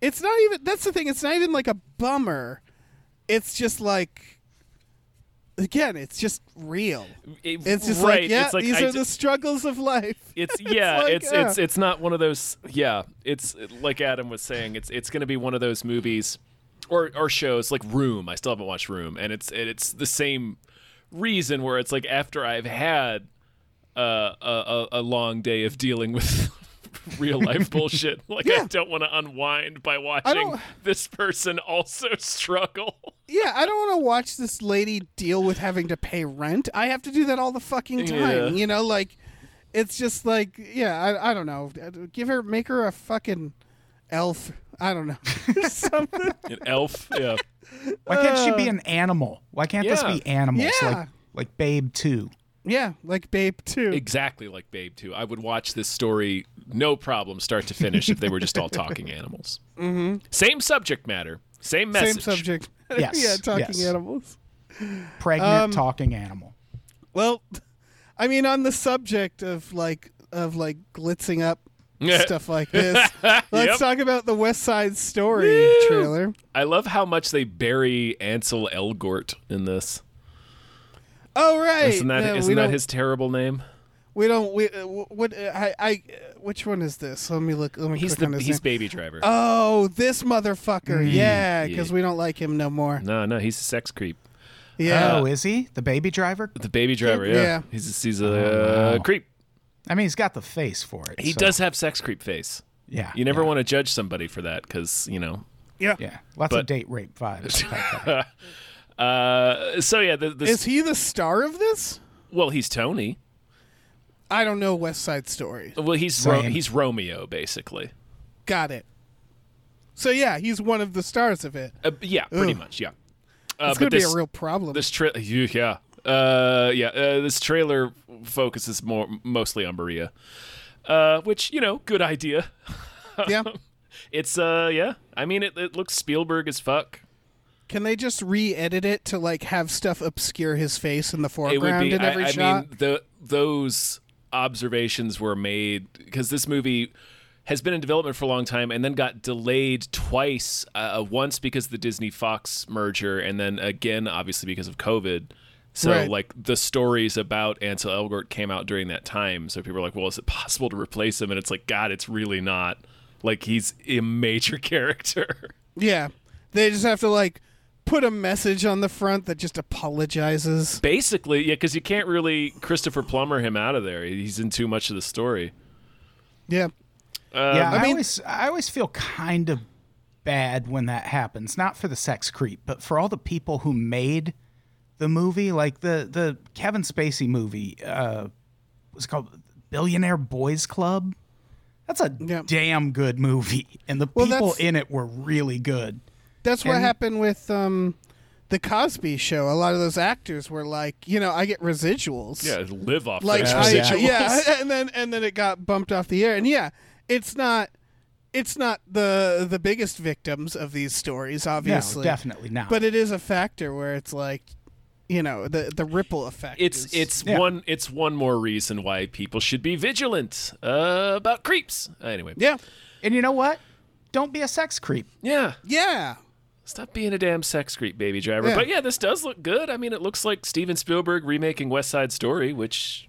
Speaker 4: it's not even. That's the thing. It's not even like a bummer. It's just like, again, it's just real.
Speaker 1: It-
Speaker 4: It's just
Speaker 1: right.
Speaker 4: like, yeah,
Speaker 1: it's like
Speaker 4: these
Speaker 1: I
Speaker 4: are
Speaker 1: d-
Speaker 4: the struggles of life.
Speaker 1: <laughs> it's uh, yeah,
Speaker 4: like,
Speaker 1: it's
Speaker 4: yeah.
Speaker 1: it's it's not one of those yeah, it's like Adam was saying, it's it's going to be one of those movies or or shows like Room. I still haven't watched Room and it's and it's the same reason where it's like after I've had uh, a a, a long day of dealing with <laughs> real life <laughs> bullshit. Like I don't want to unwind by watching
Speaker 4: don't-
Speaker 1: this person also <laughs> struggle.
Speaker 4: Yeah, I don't want to watch this lady deal with having to pay rent. I have to do that all the fucking time.
Speaker 1: Yeah.
Speaker 4: You know, like it's just like yeah, I, I don't know. Give her make her a fucking elf.
Speaker 1: <laughs>
Speaker 4: I don't know. Something.
Speaker 1: An elf. Yeah.
Speaker 3: Why can't she be an animal? Why can't this
Speaker 1: Yeah.
Speaker 3: be animals
Speaker 4: Uh, Yeah.
Speaker 3: like like Babe Two?
Speaker 4: Yeah, like Babe
Speaker 1: <laughs>
Speaker 4: too.
Speaker 1: Exactly like Babe too. I would watch this story no problem start to finish if they were just all talking animals. Mm-hmm. Same subject matter. Same message.
Speaker 4: Same subject. <laughs>
Speaker 3: Yes,
Speaker 4: yeah, talking
Speaker 3: yes.
Speaker 4: animals.
Speaker 3: Pregnant
Speaker 4: Um,
Speaker 3: talking animal.
Speaker 4: Well, I mean, on the subject of like of like glitzing
Speaker 1: <laughs>
Speaker 4: up stuff like this, let's
Speaker 1: Yep.
Speaker 4: talk about the West Side Story trailer.
Speaker 1: I love how much they bury Ansel Elgort in this.
Speaker 4: Oh right,
Speaker 1: Isn't that
Speaker 4: No, we
Speaker 1: not that
Speaker 4: don't-
Speaker 1: his terrible name?
Speaker 4: We don't. We uh, wh- what? Uh, I. I. uh, Which one is this? Let me look. Let me
Speaker 1: He's
Speaker 4: click on
Speaker 1: the
Speaker 4: his
Speaker 1: he's
Speaker 4: name.
Speaker 1: Baby Driver.
Speaker 4: Oh, this motherfucker! yeah, because
Speaker 1: yeah.
Speaker 4: we don't like him no more.
Speaker 1: no, no, he's a sex creep.
Speaker 4: Yeah,
Speaker 3: oh, is he the baby driver?
Speaker 1: The Baby Driver. Yeah,
Speaker 4: Yeah. Oh,
Speaker 1: he's a, he's a uh, creep.
Speaker 3: I mean, he's got the face for it.
Speaker 1: He
Speaker 3: so,
Speaker 1: does have sex creep face.
Speaker 3: Yeah,
Speaker 1: You never
Speaker 3: yeah,
Speaker 1: want to judge somebody for that because you know.
Speaker 4: yeah.
Speaker 3: Yeah, lots
Speaker 1: but-
Speaker 3: of date rape
Speaker 1: <laughs>
Speaker 3: vibes. about that.
Speaker 1: Uh, so yeah, the, the,
Speaker 4: Is he the star of this?
Speaker 1: well, he's Tony.
Speaker 4: I don't know West Side Story.
Speaker 1: Well, he's Ro-
Speaker 3: Same.
Speaker 1: he's Romeo basically.
Speaker 4: Got it. So yeah, he's one of the stars of it.
Speaker 1: Uh, yeah, pretty
Speaker 4: Ugh.
Speaker 1: much. Yeah. Uh, but
Speaker 4: It's gonna be
Speaker 1: this-
Speaker 4: a real problem.
Speaker 1: This tra- yeah, uh, yeah. Uh, this trailer focuses more mostly on Maria, uh, which you know, good idea.
Speaker 4: yeah.
Speaker 1: <laughs> It's uh, yeah. I mean, it, it looks Spielberg as fuck.
Speaker 4: Can they just re-edit it to like have stuff obscure his face in the
Speaker 1: It would
Speaker 4: foreground
Speaker 1: be.
Speaker 4: in every
Speaker 1: I, I
Speaker 4: shot?
Speaker 1: mean, the those observations were made because this movie has been in development for a long time and then got delayed twice. Uh, once because of the Disney Fox merger, and then again, obviously because of COVID. So
Speaker 4: Right.
Speaker 1: like the stories about Ansel Elgort came out during that time. So people were like, "Well, is it possible to replace him?" And it's like, God, it's really not. Like he's a major <laughs> character.
Speaker 4: yeah, they just have to like put a message on the front that just apologizes.
Speaker 1: Basically, yeah, because you can't really Christopher Plummer him out of there. He's in too much of the story.
Speaker 4: Yeah.
Speaker 3: yeah, I,
Speaker 4: mean-
Speaker 3: always I always feel kind of bad when that happens. Not for the sex creep, but for all the people who made the movie, like the the Kevin Spacey movie, uh, was it called Billionaire Boys Club. That's a
Speaker 4: Yeah.
Speaker 3: damn good movie, and the
Speaker 4: Well,
Speaker 3: people
Speaker 4: that's-
Speaker 3: in it were really good.
Speaker 4: That's what
Speaker 3: And-
Speaker 4: happened with um, the Cosby Show. A lot of those actors were like, you know, I get residuals.
Speaker 1: Yeah, live off
Speaker 4: like
Speaker 1: those
Speaker 4: I,
Speaker 1: residuals.
Speaker 4: <laughs> yeah, and then and then it got bumped off the air. And yeah, it's not, it's not the the biggest victims of these stories, obviously.
Speaker 3: No, definitely not.
Speaker 4: But it is a factor where it's like, you know, the the ripple effect.
Speaker 1: It's
Speaker 4: is-
Speaker 1: it's
Speaker 3: Yeah.
Speaker 1: one it's one more reason why people should be vigilant uh, about creeps. Anyway,
Speaker 4: yeah
Speaker 3: and you know what? Don't be a sex creep.
Speaker 1: yeah.
Speaker 4: yeah.
Speaker 1: Stop being a damn sex creep, baby driver.
Speaker 4: Yeah.
Speaker 1: But yeah, this does look good. I mean, it looks like Steven Spielberg remaking West Side Story, which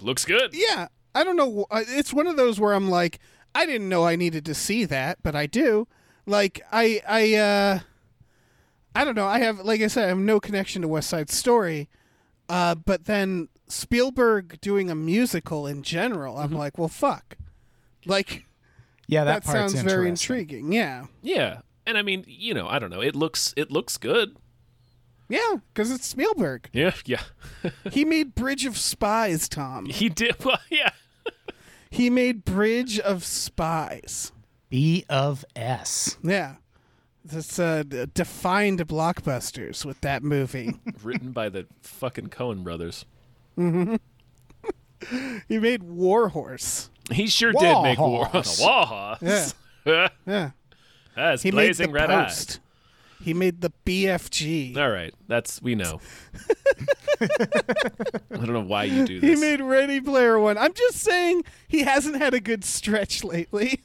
Speaker 1: looks good.
Speaker 4: yeah i don't know wh- I- it's one of those where i'm like i didn't know i needed to see that but i do like i i uh i don't know i have like i said i have no connection to west side story uh but then spielberg doing a musical in general i'm like well fuck like
Speaker 3: Yeah, Mm-hmm. <laughs> that,
Speaker 4: that,
Speaker 3: part's
Speaker 4: sounds very
Speaker 3: interesting.
Speaker 4: intriguing yeah
Speaker 1: Yeah, and I mean, you know, I don't know. It looks it looks good.
Speaker 4: yeah because it's spielberg
Speaker 1: Yeah, <laughs> yeah.
Speaker 4: he made bridge of spies
Speaker 3: <laughs>
Speaker 4: tom
Speaker 1: He did. <laughs> Well, yeah.
Speaker 4: he made bridge of spies
Speaker 3: B of S.
Speaker 4: Yeah. This uh, d- defined blockbusters with that movie.
Speaker 1: Written by the fucking Cohen brothers.
Speaker 4: he made Warhorse.
Speaker 1: He sure did make war.
Speaker 3: Wahas.
Speaker 1: Wahas. Yeah.
Speaker 4: Yeah.
Speaker 1: <laughs> That's
Speaker 4: He
Speaker 1: blazing
Speaker 4: made the
Speaker 1: red eyes.
Speaker 4: Post. He made the BFG.
Speaker 1: All right, that's we
Speaker 4: <laughs>
Speaker 1: know. I don't know why you do
Speaker 4: He
Speaker 1: this.
Speaker 4: made Ready Player One. I'm just saying he hasn't had a good stretch lately.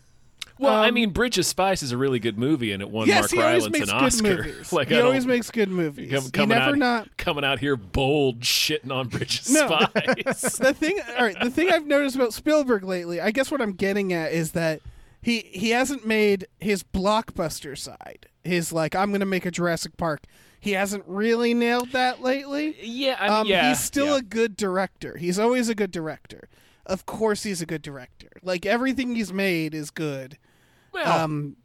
Speaker 1: well, I mean, Bridge of Spies is a really good movie, and it won
Speaker 4: um, <laughs> yes,
Speaker 1: Mark
Speaker 4: he always
Speaker 1: Rylance
Speaker 4: makes
Speaker 1: an
Speaker 4: good
Speaker 1: Oscar. <laughs>
Speaker 4: movies.
Speaker 1: like
Speaker 4: he
Speaker 1: I
Speaker 4: always
Speaker 1: don't-
Speaker 4: makes good movies.
Speaker 1: come-
Speaker 4: he
Speaker 1: coming
Speaker 4: never
Speaker 1: out,
Speaker 4: not.
Speaker 1: coming out here bold shitting on Bridge of
Speaker 4: No. <laughs>
Speaker 1: Spies. <laughs>
Speaker 4: The thing, all right. The thing I've noticed about Spielberg lately, I guess what I'm getting at is that he he hasn't made his blockbuster side. His like, I'm going to make a Jurassic Park. He hasn't really nailed that lately.
Speaker 1: yeah, I mean,
Speaker 4: Um,
Speaker 1: yeah,
Speaker 4: he's still
Speaker 1: yeah.
Speaker 4: a good director. He's always a good director. of course he's a good director. Like everything he's made is good.
Speaker 1: Well,
Speaker 4: Um,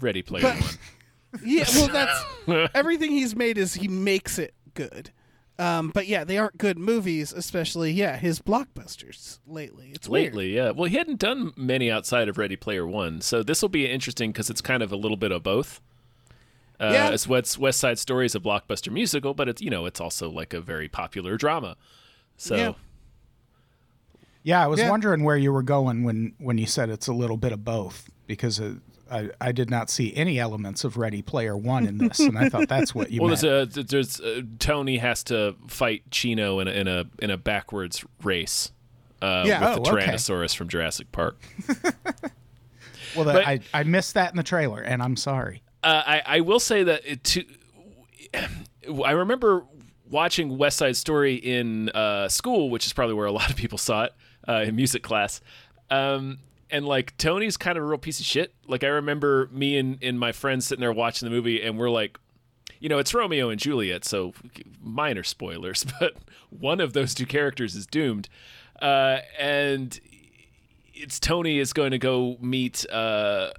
Speaker 1: Ready Player
Speaker 4: but-
Speaker 1: One.
Speaker 4: yeah, well, that's
Speaker 1: <laughs>
Speaker 4: everything he's made is he makes it good. Um, but yeah, they aren't good movies, especially yeah his blockbusters lately. It's weird.
Speaker 1: Lately, yeah. Well, he hadn't done many outside of Ready Player One, so this will be interesting because it's kind of a little bit of both. Uh,
Speaker 4: Yeah.
Speaker 1: It's West, West Side Story is a blockbuster musical, but it's you know it's also like a very popular drama. So
Speaker 4: Yeah.
Speaker 3: Yeah, I was
Speaker 4: Yeah.
Speaker 3: wondering where you were going when when you said it's a little bit of both because uh I I did not see any elements of Ready Player One in this, and I thought that's what you
Speaker 1: <laughs> well,
Speaker 3: meant.
Speaker 1: there's a there's uh Tony has to fight Chino in a in a in a backwards race. Uh,
Speaker 4: Yeah.
Speaker 1: with the
Speaker 3: Oh, okay.
Speaker 1: Tyrannosaurus from Jurassic Park.
Speaker 3: well, that,
Speaker 1: but-
Speaker 3: I I missed that in the trailer, and I'm sorry.
Speaker 1: Uh, I, I will say that it to, I remember watching West Side Story in uh, school, which is probably where a lot of people saw it uh, in music class. Um, and like Tony's kind of a real piece of shit. Like I remember me and, and my friends sitting there watching the movie, and we're like, you know, it's Romeo and Juliet, so minor spoilers, <laughs> but one of those two characters is doomed. Uh, and it's Tony is going to go meet, uh,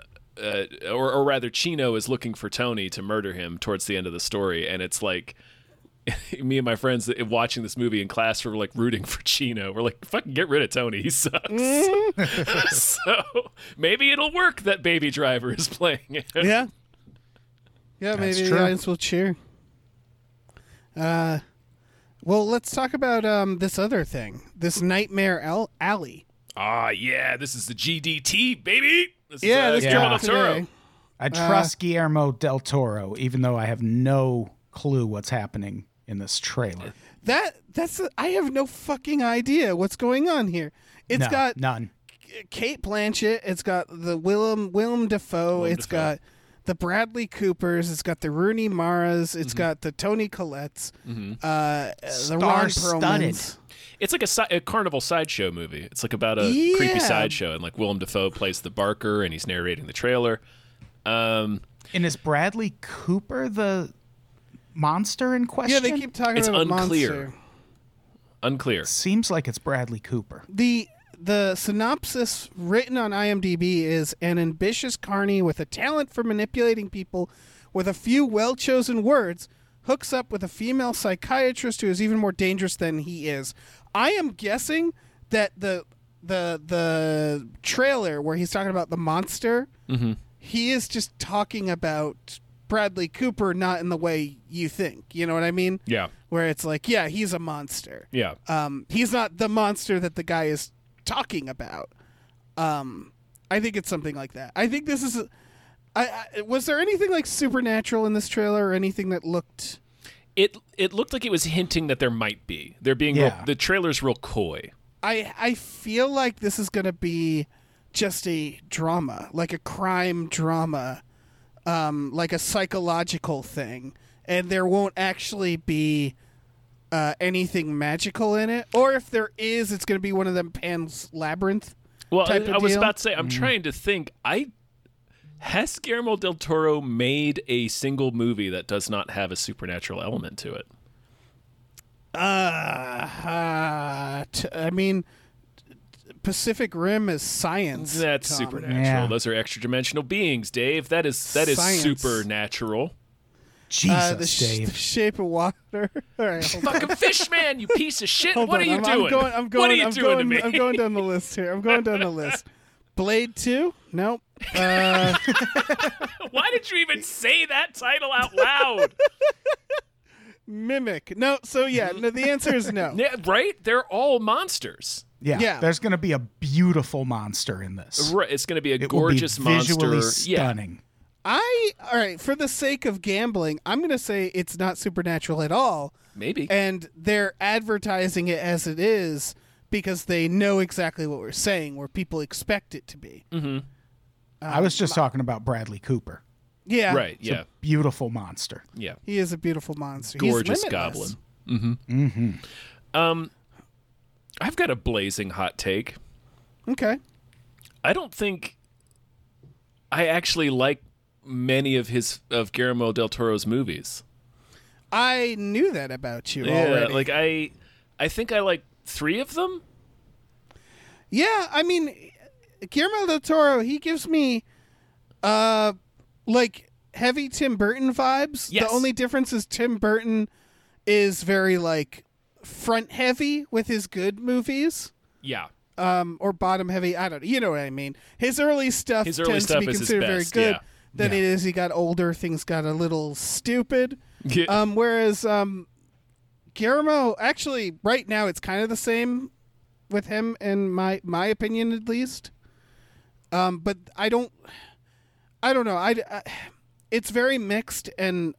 Speaker 1: uh, or, or rather, Chino is looking for Tony to murder him towards the end of the story. And it's like, <laughs> me and my friends that- watching this movie in class were like rooting for Chino. We're like, fucking get rid of Tony. He sucks. <laughs> so maybe it'll work that Baby Driver is playing it.
Speaker 4: Yeah. Yeah, maybe
Speaker 3: true.
Speaker 4: the audience will cheer. Uh, well, let's talk about um, this other thing, this Nightmare Al- Alley.
Speaker 1: Ah, yeah, this is the GDT, baby. This
Speaker 4: Yeah,
Speaker 1: is, uh,
Speaker 4: this
Speaker 1: Guillermo
Speaker 4: came
Speaker 1: del
Speaker 4: out
Speaker 1: Toro.
Speaker 4: today.
Speaker 3: I trust Guillermo del Toro, even though I have no clue what's happening in this trailer.
Speaker 4: That that's I have no fucking idea what's going on here. It's
Speaker 3: no,
Speaker 4: got
Speaker 3: none.
Speaker 4: Kate Blanchett. It's got the Willem Willem Dafoe. It's
Speaker 1: Dafoe.
Speaker 4: got the Bradley Coopers. It's got the Rooney Maras.
Speaker 1: Mm-hmm.
Speaker 4: It's got the Tony Collettes. Uh, the Ron
Speaker 3: Star-studded.
Speaker 4: Perlmans.
Speaker 1: It's like a, si- a carnival sideshow movie. It's like about a
Speaker 4: Yeah.
Speaker 1: creepy sideshow, and like Willem Dafoe plays the Barker, and he's narrating the trailer. Um,
Speaker 3: And is Bradley Cooper the monster in question?
Speaker 4: Yeah, they keep talking
Speaker 1: It's
Speaker 4: about
Speaker 1: unclear.
Speaker 4: Monster.
Speaker 1: unclear.
Speaker 3: Seems like it's Bradley Cooper.
Speaker 4: the the synopsis written on IMDb is an ambitious carny with a talent for manipulating people with a few well-chosen words hooks up with a female psychiatrist who is even more dangerous than he is. I am guessing that the the the trailer where he's talking about the monster, he is just talking about Bradley Cooper not in the way you think. You know what I mean?
Speaker 1: Yeah,
Speaker 4: Where it's like, yeah, he's a monster
Speaker 1: yeah.
Speaker 4: um, he's not the monster that the guy is talking about. Um, I think it's something like that. I think this is. a- I, I was there anything like supernatural in this trailer or anything that looked?
Speaker 1: It it looked like it was hinting that there might be. They're being
Speaker 3: Yeah.
Speaker 1: real, the trailer's real coy.
Speaker 4: I I feel like this is gonna be just a drama, like a crime drama, um, like a psychological thing, and there won't actually be. Uh, anything magical in it, or if there is, it's going to be one of them Pan's labyrinth
Speaker 1: Well, I,
Speaker 4: type of
Speaker 1: I was
Speaker 4: deal. Mm.
Speaker 1: about to say, I'm trying to think. I has Guillermo del Toro made a single movie that does not have a supernatural element to it.
Speaker 4: Uh, t- I mean, Pacific Rim is science.
Speaker 1: That's
Speaker 4: Tom. Uh,
Speaker 1: supernatural.
Speaker 3: Yeah.
Speaker 1: Those are extra dimensional beings, Dave. That is that is
Speaker 4: Science.
Speaker 1: supernatural.
Speaker 3: Jesus,
Speaker 4: Uh, the, sh-
Speaker 3: Dave.
Speaker 4: the Shape of Water. <laughs> All right, hold on.
Speaker 1: Fucking fish man, you piece of shit.
Speaker 4: Hold
Speaker 1: what
Speaker 4: on.
Speaker 1: are you
Speaker 4: I'm,
Speaker 1: doing?
Speaker 4: I'm going, I'm going,
Speaker 1: what are you
Speaker 4: I'm
Speaker 1: doing
Speaker 4: going,
Speaker 1: to me?
Speaker 4: I'm going down the list here. I'm going down the list. Blade Two? Nope. Uh,
Speaker 1: <laughs> Why did you even say that title out
Speaker 4: <laughs>
Speaker 1: loud?
Speaker 4: Mimic? No. So yeah, no, the answer
Speaker 1: <laughs>
Speaker 4: is no.
Speaker 1: yeah, right? They're all monsters.
Speaker 3: Yeah,
Speaker 4: Yeah.
Speaker 3: there's going to be a beautiful monster in this.
Speaker 1: Right. It's going to be a
Speaker 3: It
Speaker 1: gorgeous
Speaker 3: will be visually
Speaker 1: monster. Yeah.
Speaker 3: stunning.
Speaker 4: I all right. For the sake of gambling, I'm going to say it's not supernatural at all.
Speaker 1: Maybe.
Speaker 4: and they're advertising it as it is because they know exactly what we're saying where people expect it to be
Speaker 1: Mm.
Speaker 3: I was just talking about Bradley Cooper.
Speaker 4: yeah
Speaker 1: right. Yeah.
Speaker 3: Beautiful monster.
Speaker 1: Yeah.
Speaker 4: he is a beautiful monster He's
Speaker 1: Gorgeous
Speaker 4: limitless.
Speaker 1: goblin. Mhm. Mhm.
Speaker 3: Mm-hmm.
Speaker 1: Um I've got a blazing hot take.
Speaker 4: okay
Speaker 1: I don't think I actually like many of his of Guillermo del Toro's movies.
Speaker 4: i knew that about you
Speaker 1: Yeah,
Speaker 4: already
Speaker 1: like I I think I like 3 of them.
Speaker 4: Yeah, I mean, Guillermo del Toro, he gives me, uh, like heavy Tim Burton vibes.
Speaker 1: Yes.
Speaker 4: The only difference is Tim Burton is very like front heavy with his good movies,
Speaker 1: Yeah.
Speaker 4: um, or bottom heavy. I don't know. You know what I mean? His early stuff
Speaker 1: His early
Speaker 4: tends
Speaker 1: stuff
Speaker 4: to be
Speaker 1: is his
Speaker 4: considered very
Speaker 1: best,
Speaker 4: good.
Speaker 1: yeah.
Speaker 4: Then
Speaker 3: Yeah.
Speaker 4: it is he got older, things got a little stupid.
Speaker 1: Yeah.
Speaker 4: Um, whereas um, Guillermo, actually, right now it's kind of the same with him, in my my opinion at least. Um, but I don't, I don't know. I, I- it's very mixed, and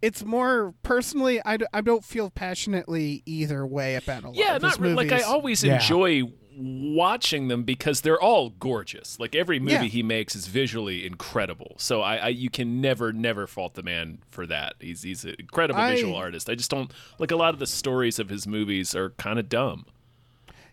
Speaker 4: it's more personally. I, d- I don't feel passionately either way about a lot
Speaker 1: yeah,
Speaker 4: of his
Speaker 1: not re- like I
Speaker 4: movies.
Speaker 1: always
Speaker 3: Yeah.
Speaker 1: enjoy watching them because they're all gorgeous. Like every movie
Speaker 4: Yeah.
Speaker 1: he makes is visually incredible. So I, I you can never never fault the man for that. He's he's an incredible
Speaker 4: I-
Speaker 1: visual artist. I just don't like a lot of the stories of his movies are kind of dumb.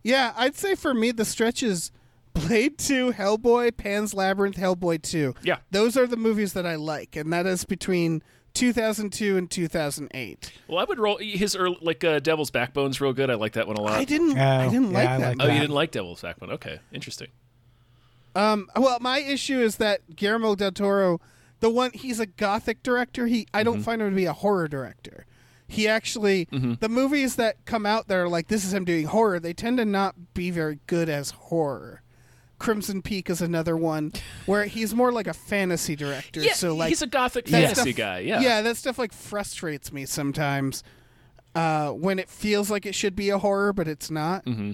Speaker 4: Yeah, I'd say for me the stretch is Blade Two, Hellboy, Pan's Labyrinth, Hellboy Two.
Speaker 1: Yeah.
Speaker 4: those are the movies that I like, and that is between 2002 and 2008.
Speaker 1: Well, I would roll his early, like uh, Devil's Backbone's real good. I like that one a lot.
Speaker 4: I didn't, I
Speaker 3: Oh,
Speaker 4: didn't
Speaker 3: yeah,
Speaker 4: like
Speaker 3: I like
Speaker 4: that.
Speaker 1: oh, you
Speaker 3: that.
Speaker 1: didn't like Devil's Backbone? Okay, interesting.
Speaker 4: Um, well, my issue is that Guillermo del Toro, the one he's a gothic director. He I
Speaker 1: Mm-hmm.
Speaker 4: don't find him to be a horror director. He actually the movies that come out that are like this is him doing horror. They tend to not be very good as horror. Crimson Peak is another one where he's more like a fantasy director.
Speaker 1: Yeah,
Speaker 4: so like
Speaker 1: he's a gothic
Speaker 4: that
Speaker 1: fantasy
Speaker 4: stuff-
Speaker 1: guy. Yeah,
Speaker 4: yeah, that stuff like frustrates me sometimes uh, when it feels like it should be a horror, but it's not. Mm-hmm.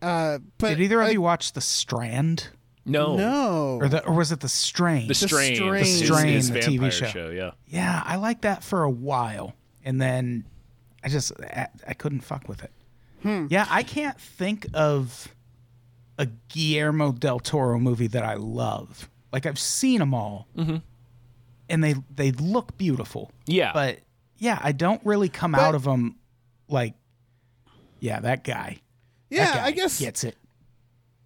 Speaker 4: Uh, but
Speaker 3: Did either of
Speaker 4: I-
Speaker 3: you watch The Strand,
Speaker 1: No,
Speaker 4: No,
Speaker 3: or the or was it The Strain?
Speaker 1: The strain,
Speaker 4: Strain.
Speaker 1: His- his
Speaker 3: Strain, the TV
Speaker 1: vampire
Speaker 3: show.
Speaker 1: Yeah,
Speaker 3: yeah, I liked that for a while, and then I just I, I couldn't fuck with it.
Speaker 4: Hmm.
Speaker 3: Yeah, I can't think of a Guillermo del Toro movie that I love. Like I've seen them all,
Speaker 1: Mm-hmm.
Speaker 3: and they they look beautiful.
Speaker 1: yeah.
Speaker 3: But yeah, I don't really come out of them like, yeah, that guy. that
Speaker 4: yeah,
Speaker 3: guy
Speaker 4: I guess
Speaker 3: gets it.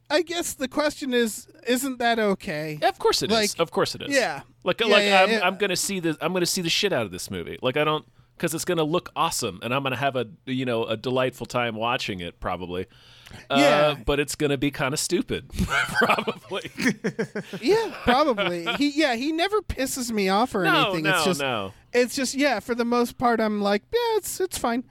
Speaker 4: I guess the question is, isn't that okay?
Speaker 1: Yeah, of course it is.
Speaker 4: Like-
Speaker 1: Of course it is.
Speaker 4: yeah.
Speaker 1: Like
Speaker 4: Yeah,
Speaker 1: like
Speaker 4: yeah,
Speaker 1: I'm,
Speaker 4: yeah.
Speaker 1: I'm gonna see the I'm gonna see the shit out of this movie. Like I don't because it's gonna look awesome and I'm gonna have a you know a delightful time watching it probably. Uh,
Speaker 4: Yeah.
Speaker 1: but it's gonna be kind of stupid <laughs>
Speaker 4: <laughs>
Speaker 1: probably. <laughs>
Speaker 4: Yeah, probably. he yeah, he never pisses me off or
Speaker 1: no,
Speaker 4: anything.
Speaker 1: no,
Speaker 4: it's just
Speaker 1: no.
Speaker 4: it's just yeah, for the most part I'm like, yeah, it's it's fine.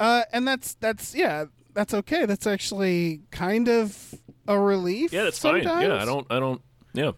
Speaker 4: Uh and that's that's yeah, that's okay. That's actually kind of a relief.
Speaker 1: Yeah, that's
Speaker 4: sometimes.
Speaker 1: fine. Yeah, I don't I don't yeah.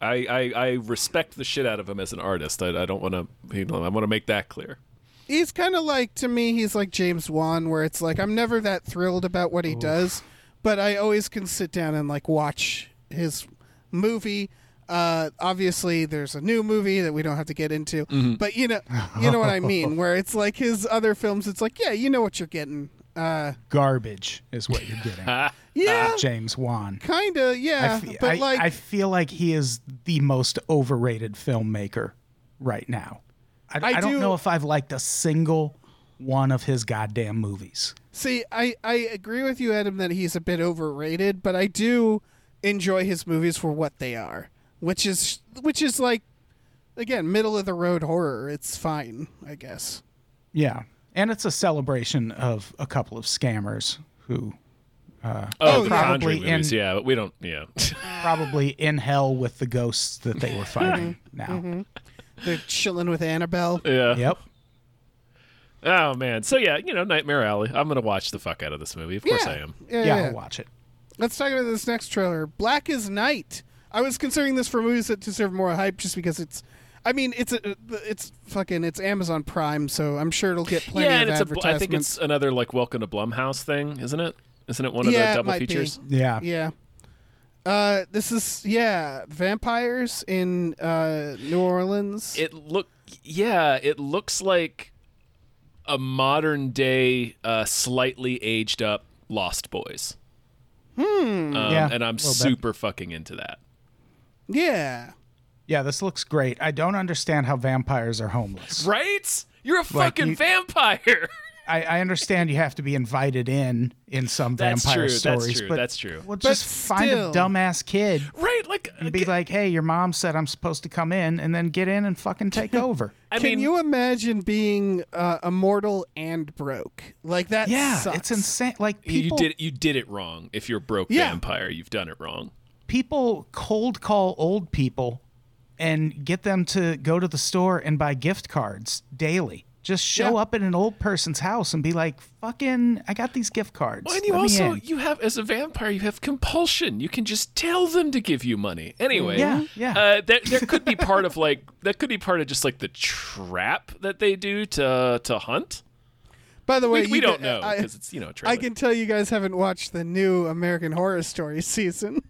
Speaker 1: I, I, I respect the shit out of him as an artist. I, I don't want to. You know, I want to make that clear. <laughs>
Speaker 4: he's kind of like to me he's like james wan where it's like i'm never that thrilled about what he does but i always can sit down and like watch his movie uh, obviously there's a new movie that we don't have to get into
Speaker 3: Mm-hmm.
Speaker 4: but you know you know what i mean where it's like his other films it's like yeah you know what you're getting uh,
Speaker 3: Garbage is what you're
Speaker 4: <laughs>
Speaker 3: getting.
Speaker 1: Oh,
Speaker 4: yeah
Speaker 3: James Wan.
Speaker 4: kind of yeah
Speaker 3: I fe-
Speaker 4: but
Speaker 3: I-
Speaker 4: like
Speaker 3: I feel like he is the most overrated filmmaker right now. I,
Speaker 4: I
Speaker 3: I don't
Speaker 4: do-
Speaker 3: know if I've liked a single one of his goddamn movies.
Speaker 4: See, I, I agree with you, Adam, that he's a bit overrated, but I do enjoy his movies for what they are, which is which is like again middle of the road horror. It's fine, I guess.
Speaker 3: Yeah, and it's a celebration of a couple of scammers who
Speaker 1: Oh, the
Speaker 4: yeah.
Speaker 1: Conjuring
Speaker 3: Probably
Speaker 1: movies.
Speaker 3: in-
Speaker 1: yeah, but we don't. Yeah, <laughs>
Speaker 3: probably in hell with the ghosts that
Speaker 4: <laughs>
Speaker 3: they were fighting
Speaker 4: Mm-hmm.
Speaker 3: now.
Speaker 4: They're chilling with Annabelle.
Speaker 1: yeah.
Speaker 3: Yep.
Speaker 1: Oh man. So yeah, you know, Nightmare Alley. I'm gonna watch the fuck out of this movie. Of course I am.
Speaker 4: Yeah,
Speaker 3: Yeah,
Speaker 4: yeah.
Speaker 3: I'll watch it.
Speaker 4: Let's talk about this next trailer, Black as Night. I was considering this for movies that deserve more hype, just because it's. I mean, it's a, it's fucking it's Amazon Prime, so I'm sure it'll get plenty
Speaker 1: yeah,
Speaker 4: of
Speaker 1: and it's a bl-
Speaker 4: advertisements.
Speaker 1: I think it's another like Welcome to Blumhouse thing, isn't it? Isn't it one of
Speaker 4: Yeah, it
Speaker 1: the double
Speaker 4: might be.
Speaker 1: features?
Speaker 3: Yeah.
Speaker 4: Yeah. Uh, this is yeah, vampires in uh, New Orleans.
Speaker 1: It look yeah, it looks like a modern day, uh, slightly aged up Lost Boys. Hmm.
Speaker 3: Yeah,
Speaker 1: and I'm
Speaker 3: a little bit.
Speaker 1: super fucking into that.
Speaker 4: yeah.
Speaker 3: Yeah, this looks great. I don't understand how vampires are homeless.
Speaker 1: Right? You're a
Speaker 3: Like,
Speaker 1: fucking
Speaker 3: you-
Speaker 1: vampire. <laughs>
Speaker 3: I, I understand you have to be invited in in some
Speaker 1: That's
Speaker 3: vampire
Speaker 1: true, that's
Speaker 3: stories,
Speaker 1: true,
Speaker 3: but
Speaker 1: that's true.
Speaker 3: Well, just find a
Speaker 4: still.
Speaker 3: dumbass kid
Speaker 1: Right, like
Speaker 3: and be
Speaker 1: aga-
Speaker 3: like, "Hey, your mom said I'm supposed to come in," and then get in and fucking take over.
Speaker 1: I
Speaker 4: Can
Speaker 1: mean,
Speaker 4: you imagine being uh, immortal and broke? Like that.
Speaker 3: Yeah,
Speaker 4: sucks.
Speaker 3: it's insane. Like
Speaker 1: you-
Speaker 3: people,
Speaker 1: you did you did it wrong. If you're a broke
Speaker 4: Yeah.
Speaker 1: vampire, you've done it wrong.
Speaker 3: people cold call old people and get them to go to the store and buy gift cards daily. Just show
Speaker 4: Yeah.
Speaker 3: up at an old person's house and be like, "Fucking, I got these gift cards."
Speaker 1: Well, and you
Speaker 3: Let me
Speaker 1: also
Speaker 3: in."
Speaker 1: you have as a vampire you have compulsion. You can just tell them to give you money. Anyway,
Speaker 3: Yeah, yeah.
Speaker 1: Uh, there, there could be part of like <laughs> that could be part of just like the trap that they do to to hunt.
Speaker 4: By the way,
Speaker 1: we, we
Speaker 4: you
Speaker 1: don't
Speaker 4: can-
Speaker 3: uh,
Speaker 1: know
Speaker 4: I-
Speaker 1: because it's you know a trailer.
Speaker 4: I can tell you guys haven't watched the new American Horror Story <laughs> season.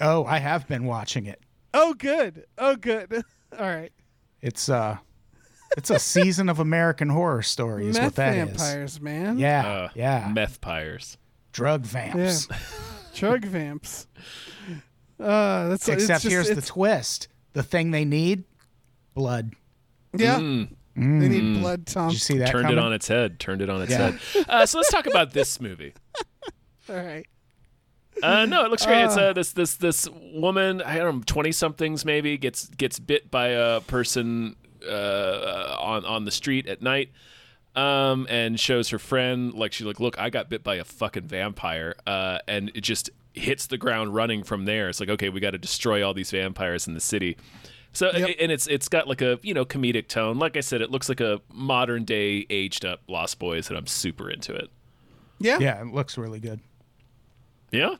Speaker 3: oh, I have been watching it.
Speaker 4: Oh, good. Oh, good. <laughs> All right.
Speaker 3: It's uh, it's a season of American Horror Story, is
Speaker 4: Meth
Speaker 3: what that is.
Speaker 4: vampires, man.
Speaker 3: Yeah,
Speaker 1: uh,
Speaker 3: yeah.
Speaker 1: meth pyres.
Speaker 3: Drug
Speaker 4: <laughs>
Speaker 3: vamps.
Speaker 4: Drug vamps. Uh, that's it's
Speaker 3: Except
Speaker 4: just-
Speaker 3: here's the
Speaker 4: it's-
Speaker 3: twist: the thing they need, blood.
Speaker 4: yeah. They need blood, Tom.
Speaker 3: Mm. Did you see that?
Speaker 1: Turned
Speaker 3: coming?
Speaker 1: it on its head. Turned it on its
Speaker 3: Yeah.
Speaker 1: head. Uh, so let's talk about this movie.
Speaker 4: All right.
Speaker 1: Uh, no, it looks great. it's uh, this this this woman, I don't know, twenty somethings maybe gets gets bit by a person uh, on on the street at night, um, and shows her friend like she's like, look, I got bit by a fucking vampire, uh, and it just hits the ground running from there. It's like, okay, we got to destroy all these vampires in the city. So and it's it's got like a you know comedic tone. Like I said, it looks like a modern day aged up Lost Boys, and I'm super into it.
Speaker 4: Yeah. Yeah.
Speaker 3: Yeah, it looks really good.
Speaker 1: Yeah.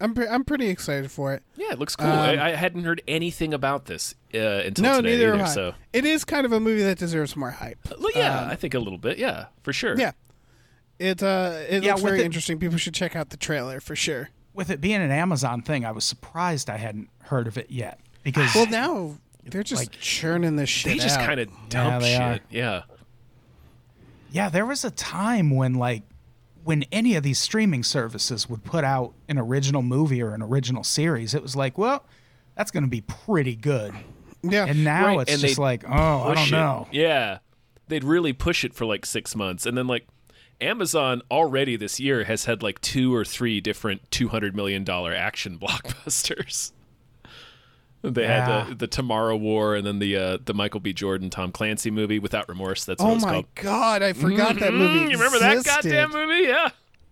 Speaker 4: I'm pre- I'm pretty excited for it.
Speaker 1: Yeah, it looks cool. I, I hadn't heard anything about this uh, until
Speaker 4: No,
Speaker 1: today
Speaker 4: neither
Speaker 1: either.
Speaker 4: am I.
Speaker 1: So,
Speaker 4: It is kind of a movie that deserves more hype.
Speaker 1: Well, yeah, I think a little bit. Yeah, for sure.
Speaker 4: Yeah. It uh it
Speaker 3: Yeah,
Speaker 4: looks
Speaker 3: with
Speaker 4: very
Speaker 3: it-
Speaker 4: interesting. People should check out the trailer for sure.
Speaker 3: With it being an Amazon thing, I was surprised I hadn't heard of it yet because <sighs>
Speaker 4: Well, now they're just
Speaker 3: Like,
Speaker 4: churning this shit
Speaker 1: they just
Speaker 4: out.
Speaker 1: kind of dump
Speaker 3: they
Speaker 1: shit.
Speaker 3: are.
Speaker 1: Yeah,
Speaker 3: Yeah, there was a time when like when any of these streaming services would put out an original movie or an original series, it was like, well, that's going to be pretty good.
Speaker 4: yeah.
Speaker 3: And now
Speaker 1: Right,
Speaker 3: it's
Speaker 1: and
Speaker 3: just
Speaker 1: they
Speaker 3: like, oh, I
Speaker 1: Push
Speaker 3: don't
Speaker 1: it.
Speaker 3: know.
Speaker 1: Yeah, they'd really push it for like six months, and then like Amazon already this year has had like two or three different two hundred million dollar action <laughs> blockbusters. They had
Speaker 3: Yeah.
Speaker 1: the, the Tomorrow War and then the uh, the Michael B. Jordan Tom Clancy movie Without Remorse. That's what
Speaker 4: oh
Speaker 1: it's
Speaker 4: my
Speaker 1: called.
Speaker 4: god, I forgot that movie.
Speaker 1: Mm, you remember that
Speaker 4: existed.
Speaker 1: goddamn movie? Yeah.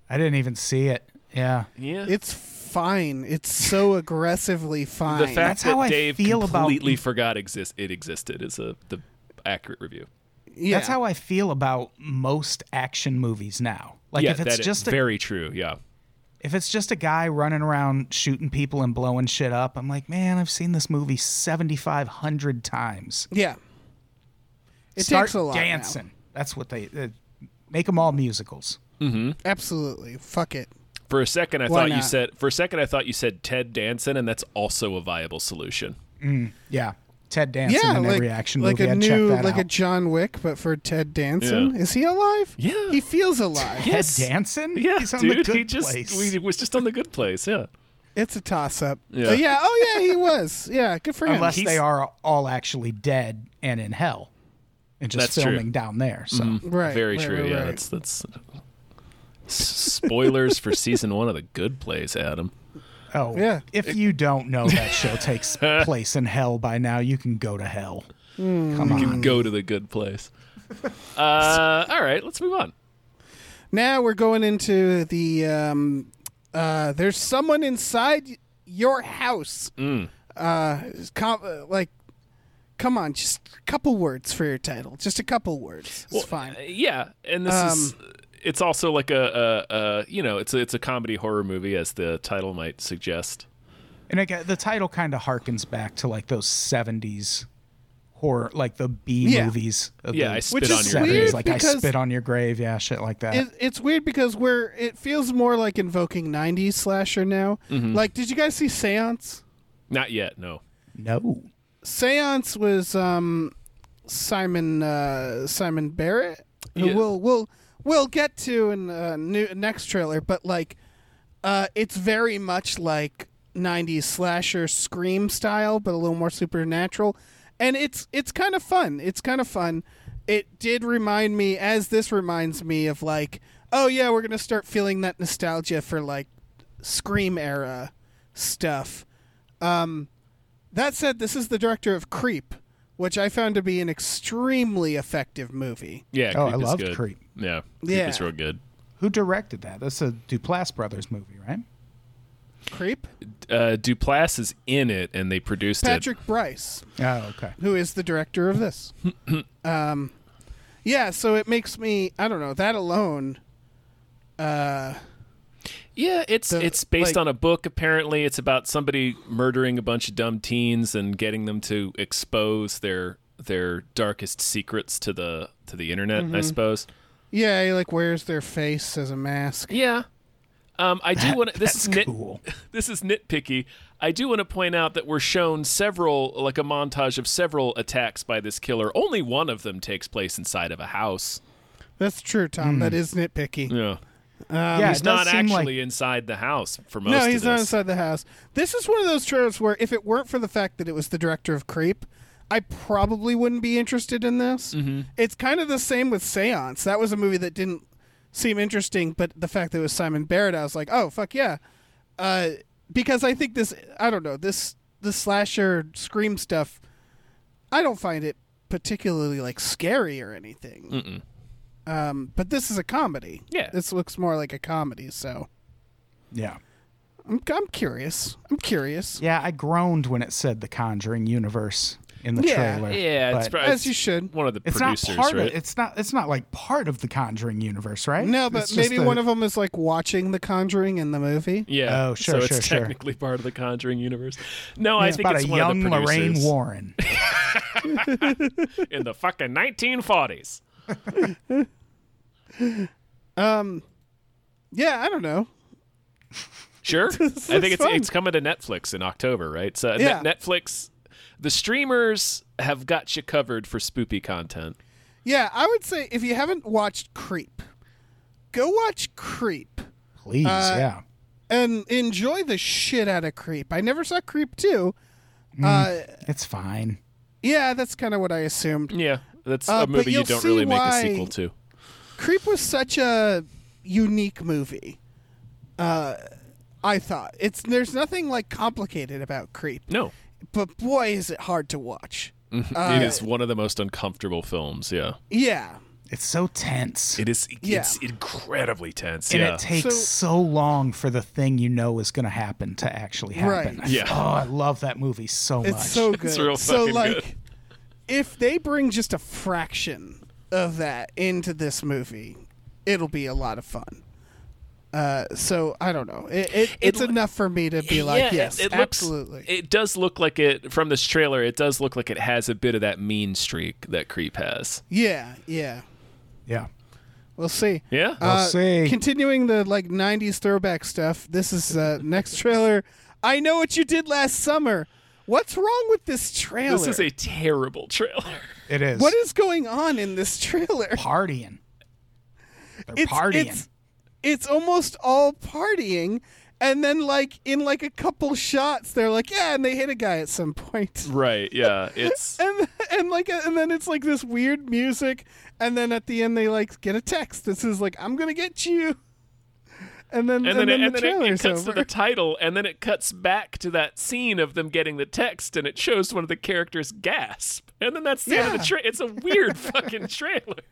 Speaker 3: I didn't even see it. Yeah.
Speaker 1: Yeah.
Speaker 4: It's fine.
Speaker 1: <laughs>
Speaker 4: It's so aggressively fine.
Speaker 1: The fact
Speaker 3: That's how
Speaker 1: that
Speaker 3: I
Speaker 1: Dave
Speaker 3: feel about-
Speaker 1: completely forgot exist it existed is a the accurate review.
Speaker 4: yeah.
Speaker 3: That's how I feel about most action movies now. Like
Speaker 1: yeah,
Speaker 3: if
Speaker 1: that
Speaker 3: it's
Speaker 1: is
Speaker 3: just a,
Speaker 1: very true. Yeah,
Speaker 3: if it's just a guy running around shooting people and blowing shit up, I'm like, man, I've seen this movie 7500 times.
Speaker 4: yeah. It
Speaker 3: Start
Speaker 4: takes a lot. now.
Speaker 3: dancing. That's what they uh, make them all musicals.
Speaker 4: Absolutely. Fuck it.
Speaker 1: for a second I
Speaker 4: Why
Speaker 1: thought you
Speaker 4: not?
Speaker 1: said for a second I thought you said Ted Danson, and that's also a viable solution.
Speaker 3: Yeah. Ted Danson
Speaker 4: yeah,
Speaker 3: in
Speaker 4: like,
Speaker 3: every action
Speaker 4: like
Speaker 3: movie.
Speaker 4: a
Speaker 3: I'd
Speaker 4: new,
Speaker 3: check that
Speaker 4: like a
Speaker 3: out.
Speaker 4: John Wick, but for Ted Danson.
Speaker 1: Yeah.
Speaker 4: Is he alive?
Speaker 1: Yeah.
Speaker 3: <laughs>
Speaker 4: he feels alive.
Speaker 1: Yeah. yes.
Speaker 3: Ted Danson?
Speaker 1: Yeah,
Speaker 3: He's on
Speaker 1: dude,
Speaker 3: the good
Speaker 1: he just
Speaker 3: place.
Speaker 1: we- he was just on the good place.
Speaker 3: <laughs>
Speaker 1: Yeah,
Speaker 4: It's a toss up.
Speaker 1: Yeah.
Speaker 4: Yeah. yeah. Oh yeah, he was. Yeah. Good for him.
Speaker 3: Unless
Speaker 1: he's-
Speaker 3: they are all actually dead and in hell and
Speaker 1: That's
Speaker 3: just
Speaker 1: true. Mm-hmm.
Speaker 3: filming down there. So
Speaker 4: right.
Speaker 1: very
Speaker 4: right,
Speaker 1: true.
Speaker 4: right,
Speaker 1: yeah,
Speaker 4: right.
Speaker 1: that's that's S- spoilers for season one of the Good Place,
Speaker 3: <laughs>
Speaker 1: Adam.
Speaker 3: oh
Speaker 4: Yeah.
Speaker 3: If you don't know that show
Speaker 1: <laughs>
Speaker 3: takes place in hell by now, you can go to hell.
Speaker 4: Hmm.
Speaker 3: Come on.
Speaker 1: Go to the Good Place. Uh, all right, let's move on.
Speaker 4: Now we're going into the um, uh, there's someone inside your house.
Speaker 1: Mm.
Speaker 4: Uh, com- uh, like, come on, just a couple words for your title. Just a couple words. It's
Speaker 1: Well,
Speaker 4: fine. Um,
Speaker 1: uh, Yeah, and this is it's also like a, a, a you know it's a, it's a comedy horror movie as the title might suggest.
Speaker 3: And again, the title kind of harkens back to like those 70s horror, like the B
Speaker 4: Yeah.
Speaker 3: movies. of
Speaker 1: Yeah,
Speaker 3: the
Speaker 1: I spit
Speaker 4: Which
Speaker 1: on
Speaker 4: is
Speaker 1: your
Speaker 4: weird.
Speaker 1: grave.
Speaker 3: Like I
Speaker 4: because-
Speaker 3: spit on your grave. Yeah, shit like that.
Speaker 4: It, it's weird because we're it feels more like invoking '90s slasher now. Like, did you guys see Seance?
Speaker 1: Not yet, no.
Speaker 3: no.
Speaker 4: Seance was um, Simon uh, Simon Barrett. who
Speaker 1: Yeah.
Speaker 4: We'll we'll we'll get to in uh, new, next trailer, but like, uh, it's very much like '90s slasher scream style, but a little more supernatural, and it's it's kind of fun. It's kind of fun, it did remind me, as this reminds me of like, oh yeah, we're gonna start feeling that nostalgia for like Scream era stuff. Um, that said, this is the director of Creep, which I found to be an extremely effective movie.
Speaker 1: Yeah,
Speaker 3: Oh,
Speaker 1: Creep
Speaker 3: I
Speaker 1: is
Speaker 3: loved
Speaker 1: good.
Speaker 3: Creep.
Speaker 1: Yeah,
Speaker 4: Yeah.
Speaker 1: Creep is real good.
Speaker 3: Who directed that? That's a Duplass brothers movie, right?
Speaker 4: Creep,
Speaker 1: Uh, Duplass is in it, and they produced
Speaker 4: Patrick Bryce.
Speaker 3: Oh, okay.
Speaker 4: who is the director
Speaker 1: <clears throat>
Speaker 4: of this. um, yeah, so it makes me I don't know that alone.
Speaker 1: it. Yeah, it's
Speaker 4: The-
Speaker 1: it's based
Speaker 4: like-
Speaker 1: on a book. Apparently, it's about somebody murdering a bunch of dumb teens and getting them to expose their their darkest secrets to the to the internet.
Speaker 4: Mm-hmm.
Speaker 1: I suppose.
Speaker 4: Yeah, he like wears their face as a mask.
Speaker 1: Yeah. Um, I do want to. This is
Speaker 3: that's
Speaker 1: nit,
Speaker 3: cool.
Speaker 1: <laughs> this is nitpicky. I do want to point out that we're shown several, like a montage of several attacks by this killer. Only one of them takes place inside of a house.
Speaker 4: That's true, Tom. That is nitpicky.
Speaker 1: Mm.
Speaker 4: Um,
Speaker 1: Yeah,
Speaker 3: yeah,
Speaker 1: he's
Speaker 3: it does
Speaker 1: not
Speaker 3: seem
Speaker 1: actually
Speaker 3: like-
Speaker 1: inside the house for most.
Speaker 4: No,
Speaker 1: of
Speaker 4: he's not
Speaker 1: this.
Speaker 4: inside the house. This is one of those trailers where if it weren't for the fact that it was the director of Creep, I probably wouldn't be interested in this.
Speaker 1: Mm-hmm.
Speaker 4: It's kind of the same with Seance. That was a movie that didn't seem interesting, but the fact that it was Simon Barrett, I was like, oh fuck yeah, uh, because I think this. I don't know this the slasher scream stuff. I don't find it particularly like scary or anything. Um, but this is a comedy.
Speaker 1: Yeah.
Speaker 4: this looks more like a comedy. So.
Speaker 3: Yeah.
Speaker 4: I'm, I'm curious. I'm curious.
Speaker 3: Yeah, I groaned when it said the Conjuring universe in the
Speaker 4: Yeah,
Speaker 3: trailer.
Speaker 1: Yeah, it's,
Speaker 3: but
Speaker 1: pro-
Speaker 4: As
Speaker 1: it's
Speaker 4: you should.
Speaker 1: One of the
Speaker 3: it's not
Speaker 1: producers,
Speaker 3: part
Speaker 1: right?
Speaker 3: of it's not it's not like part of the Conjuring universe, right?
Speaker 4: No, but
Speaker 3: It's just
Speaker 4: maybe
Speaker 3: the-
Speaker 4: one of them is like watching The Conjuring in the movie.
Speaker 1: yeah.
Speaker 3: Oh, sure,
Speaker 1: So
Speaker 3: sure,
Speaker 1: it's
Speaker 3: sure.
Speaker 1: technically part of the Conjuring universe. No,
Speaker 3: yeah,
Speaker 1: Oh, I
Speaker 3: it's
Speaker 1: think
Speaker 3: about
Speaker 1: it's
Speaker 3: a
Speaker 1: one of
Speaker 3: young
Speaker 1: the producers
Speaker 3: Lorraine Warren.
Speaker 1: in the fucking 1940s.
Speaker 4: Yeah, I don't know. <laughs>
Speaker 1: Sure. I think it's
Speaker 4: fun.
Speaker 1: it's coming to Netflix in October, right? So Net-
Speaker 4: Yeah.
Speaker 1: Netflix, the streamers have got you covered for spoopy content.
Speaker 4: Yeah, I would say if you haven't watched Creep, go watch Creep
Speaker 3: Please,
Speaker 4: Uh,
Speaker 3: yeah.
Speaker 4: and enjoy the shit out of Creep. I never saw Creep 2. Uh,
Speaker 3: It's fine.
Speaker 4: yeah, that's kind of what I assumed.
Speaker 1: Yeah, that's
Speaker 4: Uh,
Speaker 1: a
Speaker 4: but
Speaker 1: movie you
Speaker 4: you'll
Speaker 1: don't
Speaker 4: see
Speaker 1: really make
Speaker 4: why-
Speaker 1: a sequel to.
Speaker 4: Creep was such a unique movie. Uh, I thought it's there's nothing like complicated about Creep,
Speaker 1: No,
Speaker 4: but boy is it hard to watch. Uh,
Speaker 1: it is one of the most uncomfortable films. Yeah,
Speaker 4: Yeah.
Speaker 3: It's so tense.
Speaker 1: it is.
Speaker 4: Yeah.
Speaker 1: It's incredibly tense.
Speaker 3: and
Speaker 1: yeah,
Speaker 3: it takes so,
Speaker 4: So-
Speaker 3: long for the thing you know is going to happen to actually happen. <laughs>
Speaker 4: Right.
Speaker 1: Yeah.
Speaker 3: Oh, I love that movie so much.
Speaker 1: <laughs>
Speaker 4: It's so good.
Speaker 1: real
Speaker 4: so
Speaker 1: fucking
Speaker 4: like,
Speaker 1: good.
Speaker 4: if they bring just a fraction of that into this movie, it'll be a lot of fun. Uh, so I don't know. It, it it's
Speaker 1: l-
Speaker 4: enough for me to be like,
Speaker 1: it-
Speaker 4: yes,
Speaker 1: it, looks-
Speaker 4: absolutely.
Speaker 1: it does look like it from this trailer. It does look like it has a bit of that mean streak that Creep has.
Speaker 4: yeah, yeah.
Speaker 3: yeah.
Speaker 4: We'll see. Uh,
Speaker 1: Yeah,
Speaker 3: We'll see.
Speaker 4: Continuing the like '90s throwback stuff. This is uh, <laughs> next trailer. I know what you did last summer. What's wrong with this trailer?
Speaker 1: this is a terrible trailer.
Speaker 3: It is.
Speaker 4: what is going on in this trailer?
Speaker 3: partying? They're
Speaker 4: it's,
Speaker 3: partying.
Speaker 4: It's, it's almost all partying, and then like in like a couple shots, they're like, yeah, and they hit a guy at some point.
Speaker 1: right? Yeah, <laughs> it's
Speaker 4: <laughs> And and like and then it's like this weird music, and then at the end they like get a text that says like I'm gonna get you, and then
Speaker 1: and then, it, and
Speaker 4: the
Speaker 1: then it- it,
Speaker 4: trailer's
Speaker 1: cuts
Speaker 4: over.
Speaker 1: to the title, and then it cuts back to that scene of them getting the text, and it shows one of the characters gasp, and then that's the end of the trailer. It's a weird fucking trailer.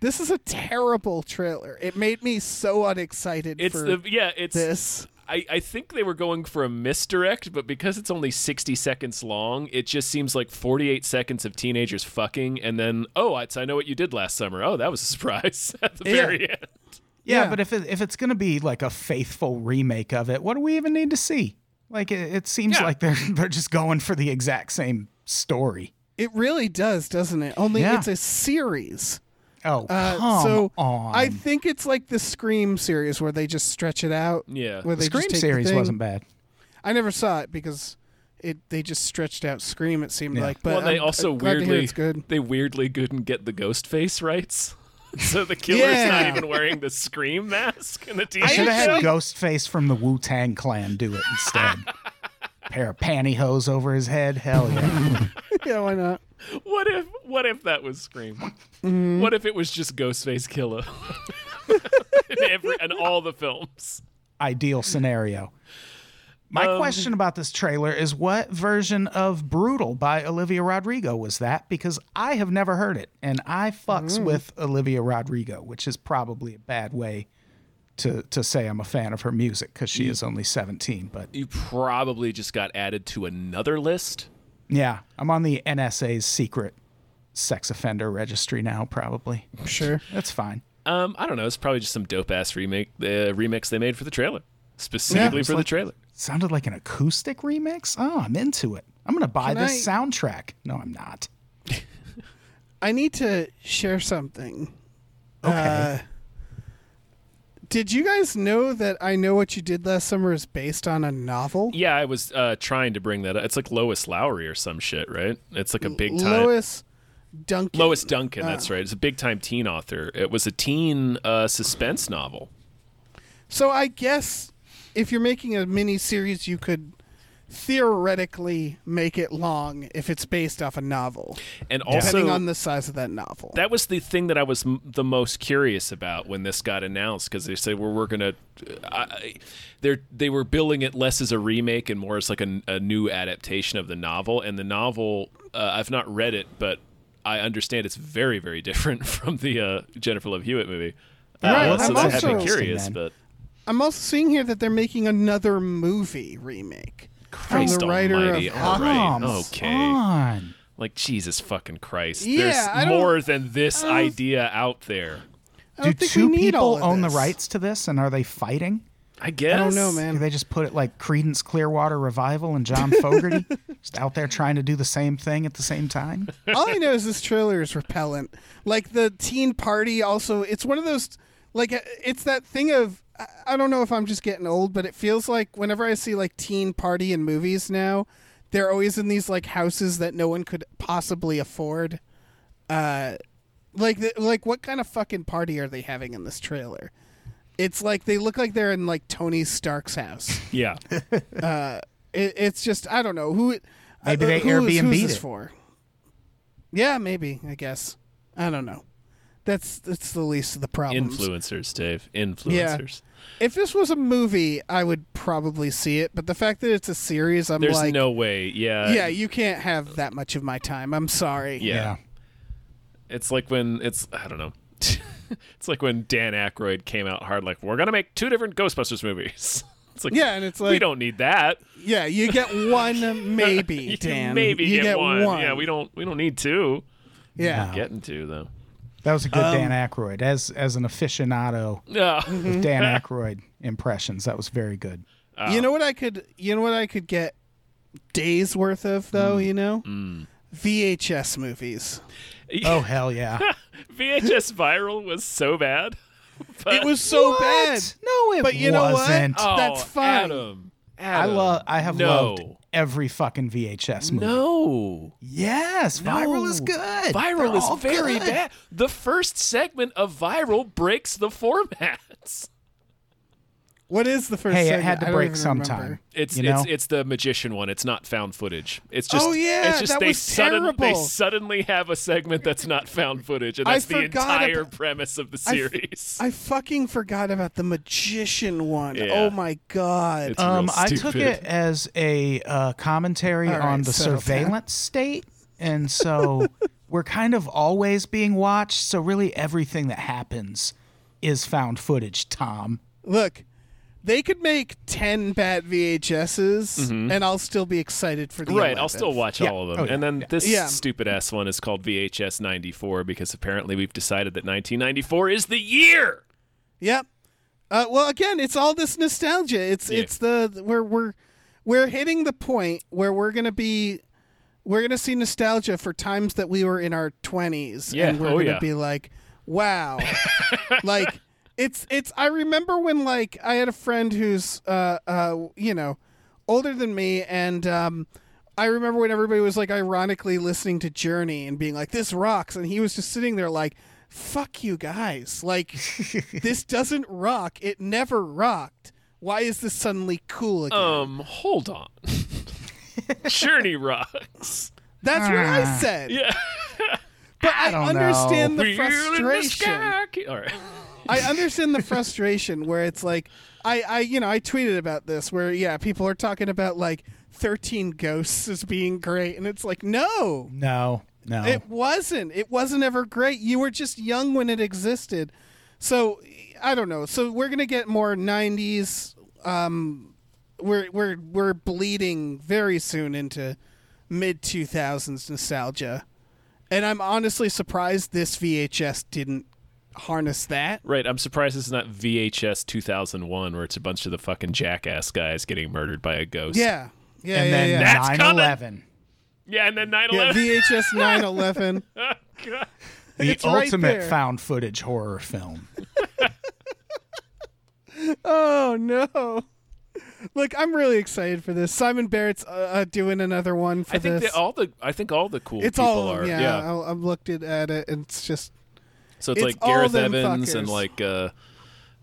Speaker 4: this is a terrible trailer. It made me so unexcited
Speaker 1: It's
Speaker 4: for
Speaker 1: the yeah, it's
Speaker 4: this.
Speaker 1: I, I think they were going for a misdirect, but because it's only 60 seconds long, it just seems like 48 seconds of teenagers fucking, and then, oh, it's I Know What You Did Last Summer. Oh, that was a <laughs> surprise at the
Speaker 4: Yeah.
Speaker 1: very end.
Speaker 3: yeah,
Speaker 4: yeah.
Speaker 3: but if it, if it's going to be like a faithful remake of it, what do we even need to see? Like it, it seems
Speaker 1: Yeah.
Speaker 3: like they're <laughs> they're just going for the exact same story.
Speaker 4: It really does, doesn't it? Only
Speaker 3: Yeah.
Speaker 4: it's a series.
Speaker 3: Oh,
Speaker 4: Uh,
Speaker 3: come
Speaker 4: so
Speaker 3: on.
Speaker 4: I think it's like the Scream series where they just stretch it out.
Speaker 1: Yeah.
Speaker 4: where
Speaker 3: the
Speaker 4: they
Speaker 3: Scream
Speaker 4: just take
Speaker 3: series
Speaker 4: the thing.
Speaker 3: wasn't bad.
Speaker 4: I never saw it because it they just stretched out Scream. It seemed like, but
Speaker 1: well, they
Speaker 4: I'm-
Speaker 1: also
Speaker 4: I'm glad to hear
Speaker 1: weirdly
Speaker 4: it's good. <laughs>
Speaker 1: they weirdly couldn't get the ghost face rights, <laughs> so the killer's
Speaker 4: Yeah.
Speaker 1: not even wearing the scream mask and the
Speaker 3: Should
Speaker 1: t-shirt.
Speaker 3: have had Ghostface from the Wu Tang Clan do it instead. pair of pantyhose over his head. Hell yeah.
Speaker 4: yeah, why not?
Speaker 1: What if what if that was Scream?
Speaker 4: Mm-hmm.
Speaker 1: What if it was just Ghostface Killer? <laughs> in every in all the films.
Speaker 3: Ideal scenario. My question about this trailer is what version of Brutal by Olivia Rodrigo was that? Because I have never heard it and I fucks with Olivia Rodrigo, which is probably a bad way to, to say I'm a fan of her music because she is only 17. But
Speaker 1: You probably just got added to another list.
Speaker 3: yeah, I'm on the NSA's secret sex offender registry now, probably.
Speaker 4: Sure.
Speaker 3: That's fine.
Speaker 1: Um, I don't know. It's probably just some dope ass remake, the remix they made for the trailer, specifically
Speaker 3: Yeah,
Speaker 1: for the
Speaker 3: like-
Speaker 1: trailer.
Speaker 3: Sounded like an acoustic remix. Oh, I'm into it. I'm going to buy
Speaker 4: Can
Speaker 3: this
Speaker 4: I-
Speaker 3: soundtrack. No, I'm not.
Speaker 4: I need to share something.
Speaker 3: Okay.
Speaker 4: Uh, Did you guys know that I Know What You Did Last Summer is based on a novel?
Speaker 1: Yeah, I was uh, trying to bring that up. It's like Lois Lowry or some shit, right? It's like a big time.
Speaker 4: Lois Duncan.
Speaker 1: Lois Duncan,
Speaker 4: Ah.
Speaker 1: that's right. It's a big time teen author. It was a teen uh, suspense novel.
Speaker 4: So I guess if you're making a mini series, you could theoretically make it long if it's based off a novel,
Speaker 1: And also,
Speaker 4: depending on the size of that novel.
Speaker 1: that was the thing that I was m- the most curious about when this got announced because they said, well, we're going to. They're, they were billing it less as a remake and more as like a, a new adaptation of the novel. And the novel, uh, I've not read it, but I understand it's very, very different <laughs> from the uh, Jennifer Love Hewitt movie. Uh,
Speaker 4: Right,
Speaker 1: so
Speaker 4: I'm
Speaker 1: that had me
Speaker 4: also-
Speaker 1: curious,
Speaker 3: Interesting,
Speaker 1: but
Speaker 4: I'm also seeing here that they're making another movie remake.
Speaker 1: Christ
Speaker 4: the writer of
Speaker 1: almighty. All right.
Speaker 3: Come
Speaker 1: Okay.
Speaker 3: on.
Speaker 1: Like Jesus fucking Christ.
Speaker 4: Yeah, I
Speaker 1: There's
Speaker 4: don't-
Speaker 1: more than this idea out there.
Speaker 3: Do
Speaker 4: I don't think
Speaker 3: two
Speaker 4: we need all
Speaker 3: people
Speaker 4: of
Speaker 3: own
Speaker 4: this.
Speaker 3: the rights to this, and are they fighting?
Speaker 1: I guess.
Speaker 4: I don't know,
Speaker 3: Do
Speaker 4: man.
Speaker 3: they just put it like Credence Clearwater Revival and
Speaker 4: <laughs>
Speaker 3: John Fogerty just out there trying to do the same thing at the same time?
Speaker 4: all I know is this trailer is repellent. Like the teen party, also, it's one of those, like, uh, it's that thing of, I- I don't know if I'm just getting old, but it feels like whenever I see like teen party in movies now, they're always in these like houses that no one could possibly afford. Uh, like, the, like what kind of fucking party are they having in this trailer? It's like they look like they're in like Tony Stark's house.
Speaker 1: Yeah.
Speaker 4: It, it's just I don't know who.
Speaker 3: Maybe
Speaker 4: uh,
Speaker 3: they
Speaker 4: who is-
Speaker 3: Airbnb'd
Speaker 4: who's this
Speaker 3: it.
Speaker 4: for. Yeah, maybe. I guess. I don't know. That's that's the least of the <laughs> problems.
Speaker 1: Influencers, Dave. Influencers.
Speaker 4: If this was a movie, I would probably see it. But the fact that it's a series, I'm
Speaker 1: There's
Speaker 4: like,
Speaker 1: no way. Yeah.
Speaker 4: yeah, you can't have that much of my time. I'm sorry.
Speaker 1: <laughs> yeah. It's like when it's I don't know. <laughs> it's like when Dan Aykroyd came out hard like we're gonna make two different Ghostbusters movies. <laughs> It's like
Speaker 4: Yeah, and it's
Speaker 1: we
Speaker 4: like-
Speaker 1: don't need that.
Speaker 4: Yeah, you get one,
Speaker 1: <laughs>
Speaker 4: maybe,
Speaker 1: You
Speaker 4: Dan.
Speaker 1: Maybe
Speaker 4: you
Speaker 1: get, one. Yeah, we don't we don't need two.
Speaker 4: Yeah.
Speaker 1: Getting two though.
Speaker 3: That was a good
Speaker 4: Um,
Speaker 3: Dan Aykroyd. As as an aficionado
Speaker 1: No. <laughs>
Speaker 4: Mm-hmm.
Speaker 3: with Dan
Speaker 4: Uh-huh.
Speaker 3: Aykroyd impressions, that was very
Speaker 4: <laughs>
Speaker 3: good.
Speaker 4: You
Speaker 1: Oh.
Speaker 4: know what I could? You know what I could get days worth of
Speaker 1: Mm.
Speaker 4: though. You know, VHS movies.
Speaker 1: <laughs>
Speaker 3: Oh hell yeah!
Speaker 1: VHS viral was so bad. <laughs> But <laughs>
Speaker 4: It was so
Speaker 3: What?
Speaker 4: bad.
Speaker 3: No, it
Speaker 4: But you know what?
Speaker 3: wasn't.
Speaker 1: Oh,
Speaker 4: that's fine.
Speaker 1: Adam.
Speaker 3: I
Speaker 1: Adam.
Speaker 3: love. I have
Speaker 1: No.
Speaker 3: loved every fucking VHS movie.
Speaker 1: No.
Speaker 3: Yes, viral is
Speaker 1: No.
Speaker 3: good.
Speaker 1: Viral
Speaker 3: They're all
Speaker 1: is very
Speaker 3: good.
Speaker 1: bad. The first segment of Viral breaks the formats.
Speaker 4: What is the first?
Speaker 3: Hey, it
Speaker 4: segment?
Speaker 3: had
Speaker 4: I
Speaker 3: to
Speaker 4: don't
Speaker 3: break
Speaker 4: even
Speaker 3: sometime.
Speaker 4: remember.
Speaker 1: It's
Speaker 3: You know?
Speaker 1: it's it's the magician one. It's not found footage. It's just
Speaker 4: Oh, yeah,
Speaker 1: it's just
Speaker 4: that
Speaker 1: they
Speaker 4: was
Speaker 1: sudden, they
Speaker 4: terrible.
Speaker 1: suddenly have a segment that's not found footage, and
Speaker 4: I
Speaker 1: that's the
Speaker 4: forgot
Speaker 1: entire
Speaker 4: ab-
Speaker 1: premise of the
Speaker 4: I f-
Speaker 1: series.
Speaker 4: I fucking forgot about the magician one.
Speaker 1: Yeah.
Speaker 4: Oh my god.
Speaker 1: It's
Speaker 3: Um,
Speaker 1: real
Speaker 3: I took
Speaker 1: stupid.
Speaker 3: it as a uh, commentary
Speaker 4: All
Speaker 3: on
Speaker 4: right,
Speaker 3: the
Speaker 4: settle down. <laughs>
Speaker 3: surveillance state, and so we're kind of always being watched. So really, everything that happens is found footage. Tom,
Speaker 4: Look, they could make ten bad VHSs, and I'll still be excited for the.
Speaker 1: Mm-hmm. Right, I'll
Speaker 4: 11th.
Speaker 1: still watch all of them.
Speaker 3: Oh, yeah,
Speaker 1: And then this
Speaker 4: Yeah.
Speaker 1: stupid ass one is called VHS 94 because apparently we've decided that 1994 is the year.
Speaker 4: Yep. Uh, well, again, it's all this nostalgia. It's
Speaker 1: Yeah.
Speaker 4: it's the we're we're we're hitting the point where we're gonna be we're gonna see nostalgia for times that we were in our twenties,
Speaker 1: Yeah.
Speaker 4: and we're
Speaker 1: Oh,
Speaker 4: gonna
Speaker 1: yeah.
Speaker 4: be like, wow,
Speaker 1: <laughs>
Speaker 4: like it's it's. I remember when like I had a friend who's uh uh you know older than me, and um I remember when everybody was like ironically listening to Journey and being like, this rocks. And he was just sitting there like, fuck you guys.
Speaker 1: <laughs>
Speaker 4: Like, this doesn't
Speaker 1: Oh.
Speaker 4: rock. It never rocked. Why is this suddenly cool again? <laughs>
Speaker 1: Um, hold on. Journey rocks.
Speaker 4: That's what I
Speaker 3: Ah.
Speaker 4: said.
Speaker 1: Yeah. <laughs>
Speaker 4: But I,
Speaker 3: don't know.
Speaker 4: understand the
Speaker 1: Wheel in
Speaker 4: frustration.
Speaker 1: sky. All right.
Speaker 4: I understand the frustration where it's like I, I you know I tweeted about this where yeah people are talking about like 13 ghosts as being great and it's like no
Speaker 3: No, no.
Speaker 4: it wasn't it wasn't ever great you were just young when it existed so I don't know so we're gonna get more 90s um we're we're we're bleeding very soon into mid 2000s nostalgia and I'm honestly surprised this VHS didn't harness that
Speaker 1: Right. I'm surprised it's not VHS 2001 where it's a bunch of the fucking jackass guys getting murdered by a ghost.
Speaker 4: Yeah. Yeah.
Speaker 3: and
Speaker 4: yeah,
Speaker 3: then
Speaker 4: yeah.
Speaker 1: That's coming.
Speaker 3: 9 11.
Speaker 1: Yeah, and then 9
Speaker 4: yeah,
Speaker 1: 11.
Speaker 4: VHS
Speaker 1: <laughs>
Speaker 4: 911.
Speaker 3: The
Speaker 4: It's right
Speaker 3: ultimate
Speaker 4: there.
Speaker 3: found footage horror film.
Speaker 4: oh no. Look, I'm really excited for this. Simon Barrett's uh, uh, doing another one for
Speaker 1: I think
Speaker 4: this.
Speaker 1: that all the I think all the cool
Speaker 4: it's
Speaker 1: people
Speaker 4: all
Speaker 1: are.
Speaker 4: yeah. I'll, I've looked at, at it and it's just
Speaker 1: So it's,
Speaker 4: It's
Speaker 1: like
Speaker 4: all
Speaker 1: Gareth
Speaker 4: them
Speaker 1: Evans and
Speaker 4: fuckers.
Speaker 1: like uh,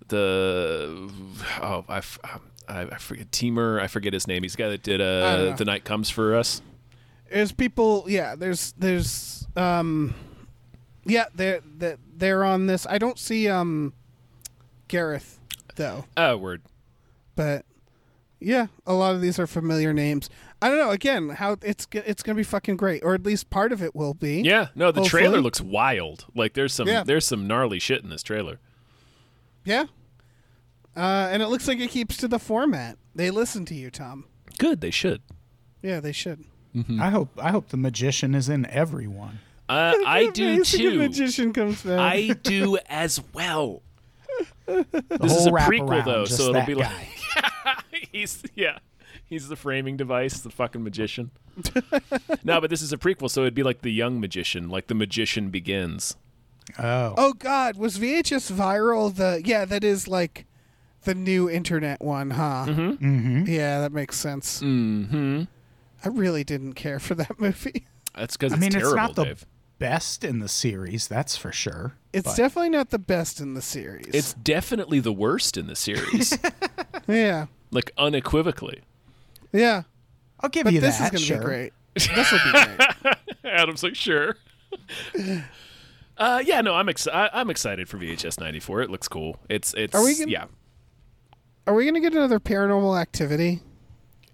Speaker 1: the oh I, f- I I forget Teamer I forget his name. He's the guy that did
Speaker 4: don't
Speaker 1: uh,
Speaker 4: know.
Speaker 1: the night comes for us.
Speaker 4: there's people yeah, there's there's um yeah, they're they're- they're on this. I don't see um Gareth though.
Speaker 1: Oh, word.
Speaker 4: but yeah, a lot of these are familiar names. I don't know. Again, how it's g- it's gonna be fucking great, or at least part of it will be.
Speaker 1: Yeah, no, the
Speaker 4: Hopefully.
Speaker 1: trailer looks wild. Like there's some
Speaker 4: Yeah.
Speaker 1: there's some gnarly shit in this trailer.
Speaker 4: yeah. Uh, and it looks like it keeps to the format. They listen to you, Tom.
Speaker 1: Good, they should.
Speaker 4: Yeah, they should.
Speaker 3: I hope I hope the magician is in everyone.
Speaker 1: Uh, I do
Speaker 4: Amazing
Speaker 1: too.
Speaker 4: magician comes back.
Speaker 1: I do as well.
Speaker 3: The
Speaker 1: This
Speaker 3: whole
Speaker 1: is a
Speaker 3: wraparound,
Speaker 1: prequel though,
Speaker 3: just
Speaker 1: so it'll
Speaker 3: that
Speaker 1: be
Speaker 3: guy.
Speaker 1: <laughs> like he's yeah, he's the framing device, the fucking magician. no, but this is a prequel, so it'd be like the young magician, like the magician begins.
Speaker 3: Oh.
Speaker 4: oh God, was VHS viral? The yeah, that is like the new internet one, huh? Mm-hmm. Yeah, that makes sense. Mm-hmm. I really didn't care for that <laughs> movie.
Speaker 1: <laughs> That's because
Speaker 3: I
Speaker 1: it's
Speaker 3: mean,
Speaker 1: terrible,
Speaker 3: it's not the
Speaker 1: Dave.
Speaker 3: best in the series, that's for sure.
Speaker 4: It's
Speaker 3: But
Speaker 4: definitely not the best in the series.
Speaker 1: It's definitely the worst in the series,
Speaker 4: yeah.
Speaker 1: like unequivocally.
Speaker 4: Yeah,
Speaker 3: I'll give
Speaker 4: but
Speaker 3: you
Speaker 4: this is
Speaker 3: that.
Speaker 4: gonna
Speaker 3: sure.
Speaker 4: be great. This will
Speaker 1: <laughs>
Speaker 4: be great.
Speaker 1: Adam's like, sure. <laughs> uh, yeah, no, I'm ex- I- I'm excited for VHS '94. It looks cool. It's it's
Speaker 4: Are we gonna-
Speaker 1: yeah,
Speaker 4: Are we gonna get another Paranormal Activity?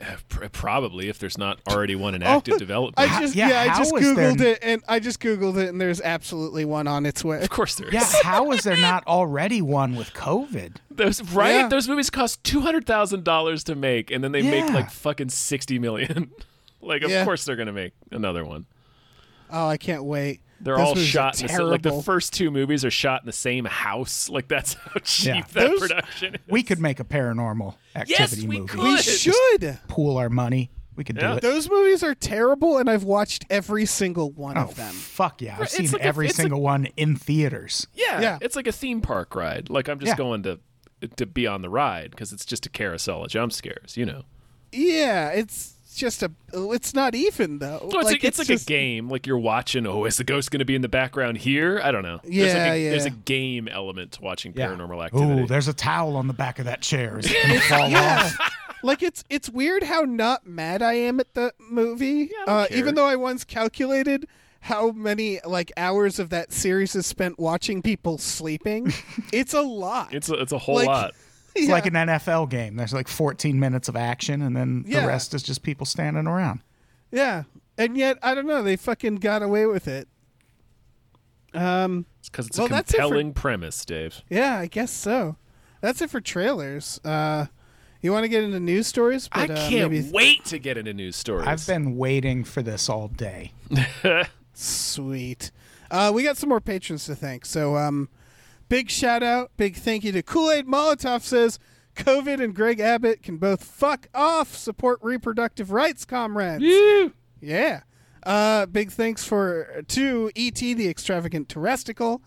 Speaker 1: Uh, pr- probably if there's not already one
Speaker 4: <laughs>
Speaker 1: in active development.
Speaker 4: Oh, I just
Speaker 3: yeah,
Speaker 4: yeah, I
Speaker 3: how
Speaker 4: just
Speaker 3: is
Speaker 4: googled
Speaker 3: there-
Speaker 4: it and I just googled it and there's absolutely one on its way.
Speaker 1: of course there is.
Speaker 4: <laughs>
Speaker 3: Yeah, how is there not already one with COVID?
Speaker 1: <laughs> Those right?
Speaker 4: Yeah.
Speaker 1: Those movies cost two hundred thousand dollars to make, and then they make
Speaker 3: Yeah.
Speaker 1: like fucking sixty million. <laughs> like, of
Speaker 4: Yeah.
Speaker 1: course they're gonna make another one.
Speaker 4: Oh, I can't wait.
Speaker 1: They're
Speaker 4: Those
Speaker 1: all
Speaker 4: movies are
Speaker 1: shot in the, sa- like the
Speaker 4: terrible.
Speaker 1: first two movies are shot in the same house. <laughs> Like that's how cheap
Speaker 3: Yeah.
Speaker 1: that
Speaker 4: Those-
Speaker 1: production. Is.
Speaker 3: We could make a paranormal activity
Speaker 1: Yes, we
Speaker 3: movie.
Speaker 1: could.
Speaker 4: We
Speaker 1: Good.
Speaker 4: should.
Speaker 3: Pool our money. We could
Speaker 1: Yeah.
Speaker 3: do it.
Speaker 4: Those movies are terrible, and I've watched every single one
Speaker 3: Oh,
Speaker 4: of them.
Speaker 3: fuck yeah. I've
Speaker 1: It's
Speaker 3: seen
Speaker 1: like a-
Speaker 3: every
Speaker 1: it's a-
Speaker 3: single one in theaters.
Speaker 1: yeah,
Speaker 4: Yeah.
Speaker 1: it's like a theme park ride. Like I'm just
Speaker 3: Yeah.
Speaker 1: going to to be on the ride because it's just a carousel of jump scares. You know,
Speaker 4: Yeah, it's just a. It's not even though.
Speaker 1: well, Oh, it's like, it's, like
Speaker 4: just-
Speaker 1: a game. Like you're watching. Oh, is the ghost going to be in the background here? I don't know. there's like
Speaker 4: Yeah,
Speaker 1: a, There's a
Speaker 4: yeah.
Speaker 1: game element to watching paranormal activity.
Speaker 3: Oh, there's a towel on the back of that chair.
Speaker 1: <laughs>
Speaker 3: Is it gonna fall
Speaker 4: <laughs> Yeah.
Speaker 3: off?
Speaker 4: like it's it's weird how not mad I am at the movie.
Speaker 1: I don't
Speaker 4: uh,
Speaker 1: care.
Speaker 4: even though I once calculated how many like hours of that series is spent watching people
Speaker 1: <laughs>
Speaker 4: sleeping, it's a lot.
Speaker 1: It's a, it's a whole
Speaker 4: Like-
Speaker 1: lot.
Speaker 4: Yeah.
Speaker 3: It's like an NFL game. There's like 14 minutes of action, and then
Speaker 4: Yeah.
Speaker 3: the rest is just people standing around.
Speaker 4: yeah, and yet I don't know. They fucking got away with it. Um.
Speaker 1: It's because it's
Speaker 4: Well,
Speaker 1: a
Speaker 4: that's it for-
Speaker 1: compelling premise, Dave.
Speaker 4: Yeah, I guess so. That's it for trailers. Uh, you want to get into news stories? But,
Speaker 1: I
Speaker 4: uh,
Speaker 1: can't
Speaker 4: maybe-
Speaker 1: wait to get into news stories.
Speaker 3: I've been waiting for this all day.
Speaker 4: Sweet. Uh, we got some more patrons to thank. So, um, big shout out, big thank you to Kool Aid Molotov says COVID and Greg Abbott can both fuck off. Support reproductive rights, comrades. Yeah. Uh, big thanks for to ET the Extravagant Terrestical.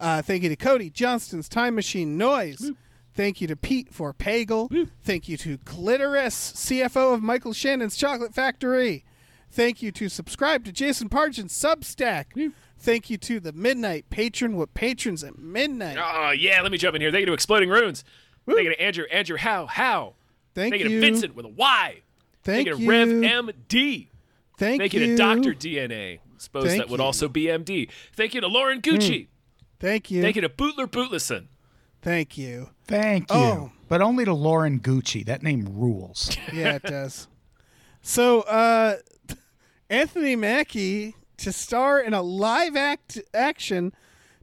Speaker 4: Uh, thank you to Cody Johnston's Time Machine Noise. Thank you to Pete for Pagel. Thank you to Clitoris, CFO of Michael Shannon's Chocolate Factory. Thank you to subscribe to Jason Pargin's Substack. Thank you to the Midnight Patron with patrons at midnight.
Speaker 1: Oh yeah, let me jump in here. Thank you to Exploding Runes. Thank you to Andrew. Andrew, how how?
Speaker 4: Thank
Speaker 1: Thank, you
Speaker 4: you.
Speaker 1: to Vincent with a Y.
Speaker 4: Thank
Speaker 1: make it
Speaker 4: you.
Speaker 1: Rev MD.
Speaker 4: Thank
Speaker 1: Make
Speaker 4: you.
Speaker 1: it a Doctor DNA. Suppose
Speaker 4: Thank
Speaker 1: that would
Speaker 4: you. Hmm.
Speaker 1: also be MD. Thank you to Lauren Gucci.
Speaker 4: Thank you.
Speaker 1: Thank you to Bootler Bootlesson.
Speaker 4: Thank you.
Speaker 3: Thank you.
Speaker 4: Oh.
Speaker 3: But only to Lauren Gucci. That name rules.
Speaker 4: Yeah, it does. So, uh, Anthony Mackie to star in a live act action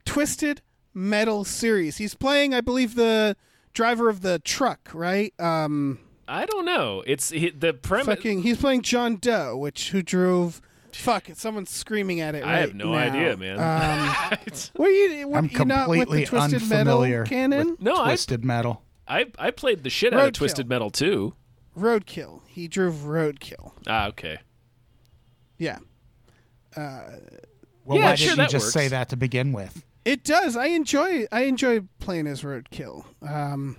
Speaker 4: Twisted Metal series. He's playing, I believe, the driver of the truck, right? Um,
Speaker 1: I don't know. It's he, the premise.
Speaker 4: fucking, he's playing John Doe, which who drove. Fuck! Someone's screaming at it.
Speaker 1: I have
Speaker 4: right
Speaker 1: no
Speaker 4: now. Uh, Um,
Speaker 1: idea, man. It's-
Speaker 4: What are you? What,
Speaker 3: I'm
Speaker 4: <laughs> you're not with the
Speaker 3: completely
Speaker 4: Twisted
Speaker 3: unfamiliar
Speaker 4: Metal canon.
Speaker 1: no, I,
Speaker 3: Twisted metal.
Speaker 1: <laughs> I I played the shit out of
Speaker 4: Roadkill.
Speaker 1: Twisted Metal too.
Speaker 4: Roadkill. He drove Roadkill.
Speaker 1: Ah, okay.
Speaker 4: Yeah.
Speaker 3: Well,
Speaker 1: Yeah, sure,
Speaker 3: why didn't you
Speaker 1: that
Speaker 3: just
Speaker 1: works.
Speaker 3: say that to begin with?
Speaker 4: It does. I enjoy. I enjoy playing as Roadkill. Um,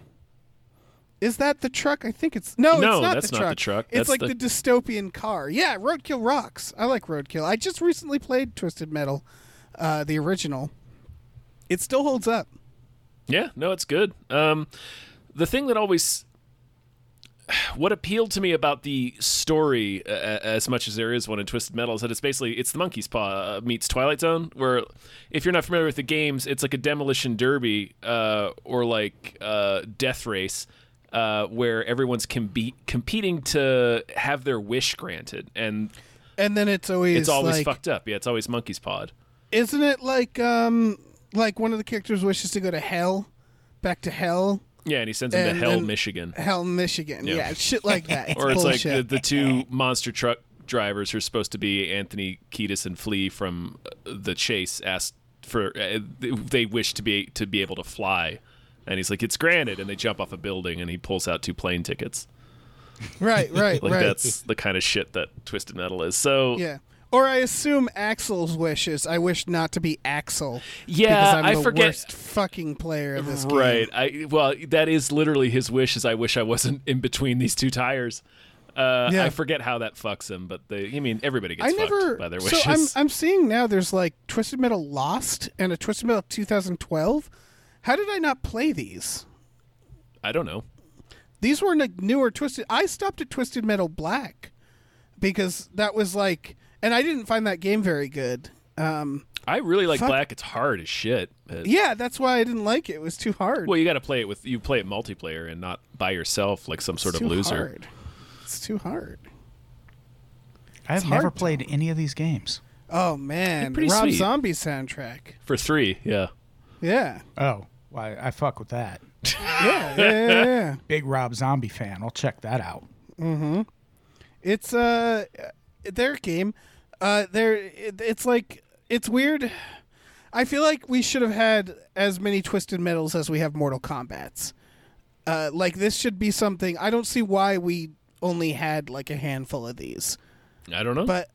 Speaker 4: is that the truck? I think it's no.
Speaker 1: No,
Speaker 4: it's not
Speaker 1: that's
Speaker 4: the
Speaker 1: not
Speaker 4: truck.
Speaker 1: the truck.
Speaker 4: It's
Speaker 1: That's
Speaker 4: like
Speaker 1: the-
Speaker 4: the... dystopian car. Yeah, Roadkill rocks. I like Roadkill. I just recently played Twisted Metal, uh, the original. It still holds up.
Speaker 1: Yeah, no, it's good. Um, the thing that always <sighs> what appealed to me about the story, uh, as much as there is one in Twisted Metal, is that it's basically it's the Monkey's Paw uh, meets Twilight Zone. Where, if you're not familiar with the games, it's like a demolition derby uh, or like uh, death race. Uh, where everyone's com- competing to have their wish granted, and
Speaker 4: And then it's always
Speaker 1: it's, always
Speaker 4: like,
Speaker 1: fucked up. Yeah, it's always monkey's pod.
Speaker 4: isn't it like um like one of the characters wishes to go to hell, back to hell,
Speaker 1: Yeah, and he sends him to
Speaker 4: And
Speaker 1: hell,
Speaker 4: then-
Speaker 1: Michigan.
Speaker 4: hell, Michigan.
Speaker 1: Yeah.
Speaker 4: Yeah, shit
Speaker 1: <laughs>
Speaker 4: like that. It's
Speaker 1: or it's
Speaker 4: bullshit.
Speaker 1: like the, the two monster truck drivers who are supposed to be Anthony Kiedis and Flea from uh, the chase asked for uh, they wish to be to be able to fly and he's like it's granted and they jump off a building and he pulls out two plane tickets
Speaker 4: right, right,
Speaker 1: <laughs> like
Speaker 4: right.
Speaker 1: that's the kind of shit that twisted metal is so
Speaker 4: Yeah. Or I assume Axel's wishes. I wish not to be Axel.
Speaker 1: Yeah,
Speaker 4: because I'm
Speaker 1: I
Speaker 4: the
Speaker 1: forget-
Speaker 4: worst fucking player of this game.
Speaker 1: right i well that is literally his wish is i wish i wasn't in between these two tires uh,
Speaker 4: Yeah.
Speaker 1: I forget how that fucks him, but they, I mean, everybody gets
Speaker 4: I
Speaker 1: fucked
Speaker 4: never.
Speaker 1: by their
Speaker 4: so
Speaker 1: wishes.
Speaker 4: I'm I'm seeing now. There's like Twisted Metal Lost and a Twisted Metal 2012. How did I not play these?
Speaker 1: I don't know.
Speaker 4: These were like newer Twisted. I stopped at Twisted Metal Black because that was like, and I didn't find that game very good. Um,
Speaker 1: I really like
Speaker 4: Fuck.
Speaker 1: black. It's hard as shit. but-
Speaker 4: yeah, that's why I didn't like it. It was too hard.
Speaker 1: Well, you got to play it with you play it multiplayer and not by yourself like some sort
Speaker 4: it's
Speaker 1: of
Speaker 4: too
Speaker 1: loser.
Speaker 4: Hard. It's too hard.
Speaker 3: I've
Speaker 4: hard
Speaker 3: never
Speaker 4: to-
Speaker 3: played any of these games.
Speaker 4: Oh man,
Speaker 1: pretty
Speaker 4: Rob
Speaker 1: sweet.
Speaker 4: Zombie soundtrack.
Speaker 1: For 3, yeah.
Speaker 4: Yeah,
Speaker 3: Oh, why I fuck with that.
Speaker 4: yeah, yeah, yeah, yeah.
Speaker 3: Big Rob Zombie fan. I'll check that out.
Speaker 4: It's uh, their game. Uh, they're it, it's like it's weird. I feel like we should have had as many twisted metals as we have Mortal Kombat's. Uh, like this should be something. I don't see why we only had like a handful of these,
Speaker 1: I don't know.
Speaker 4: but.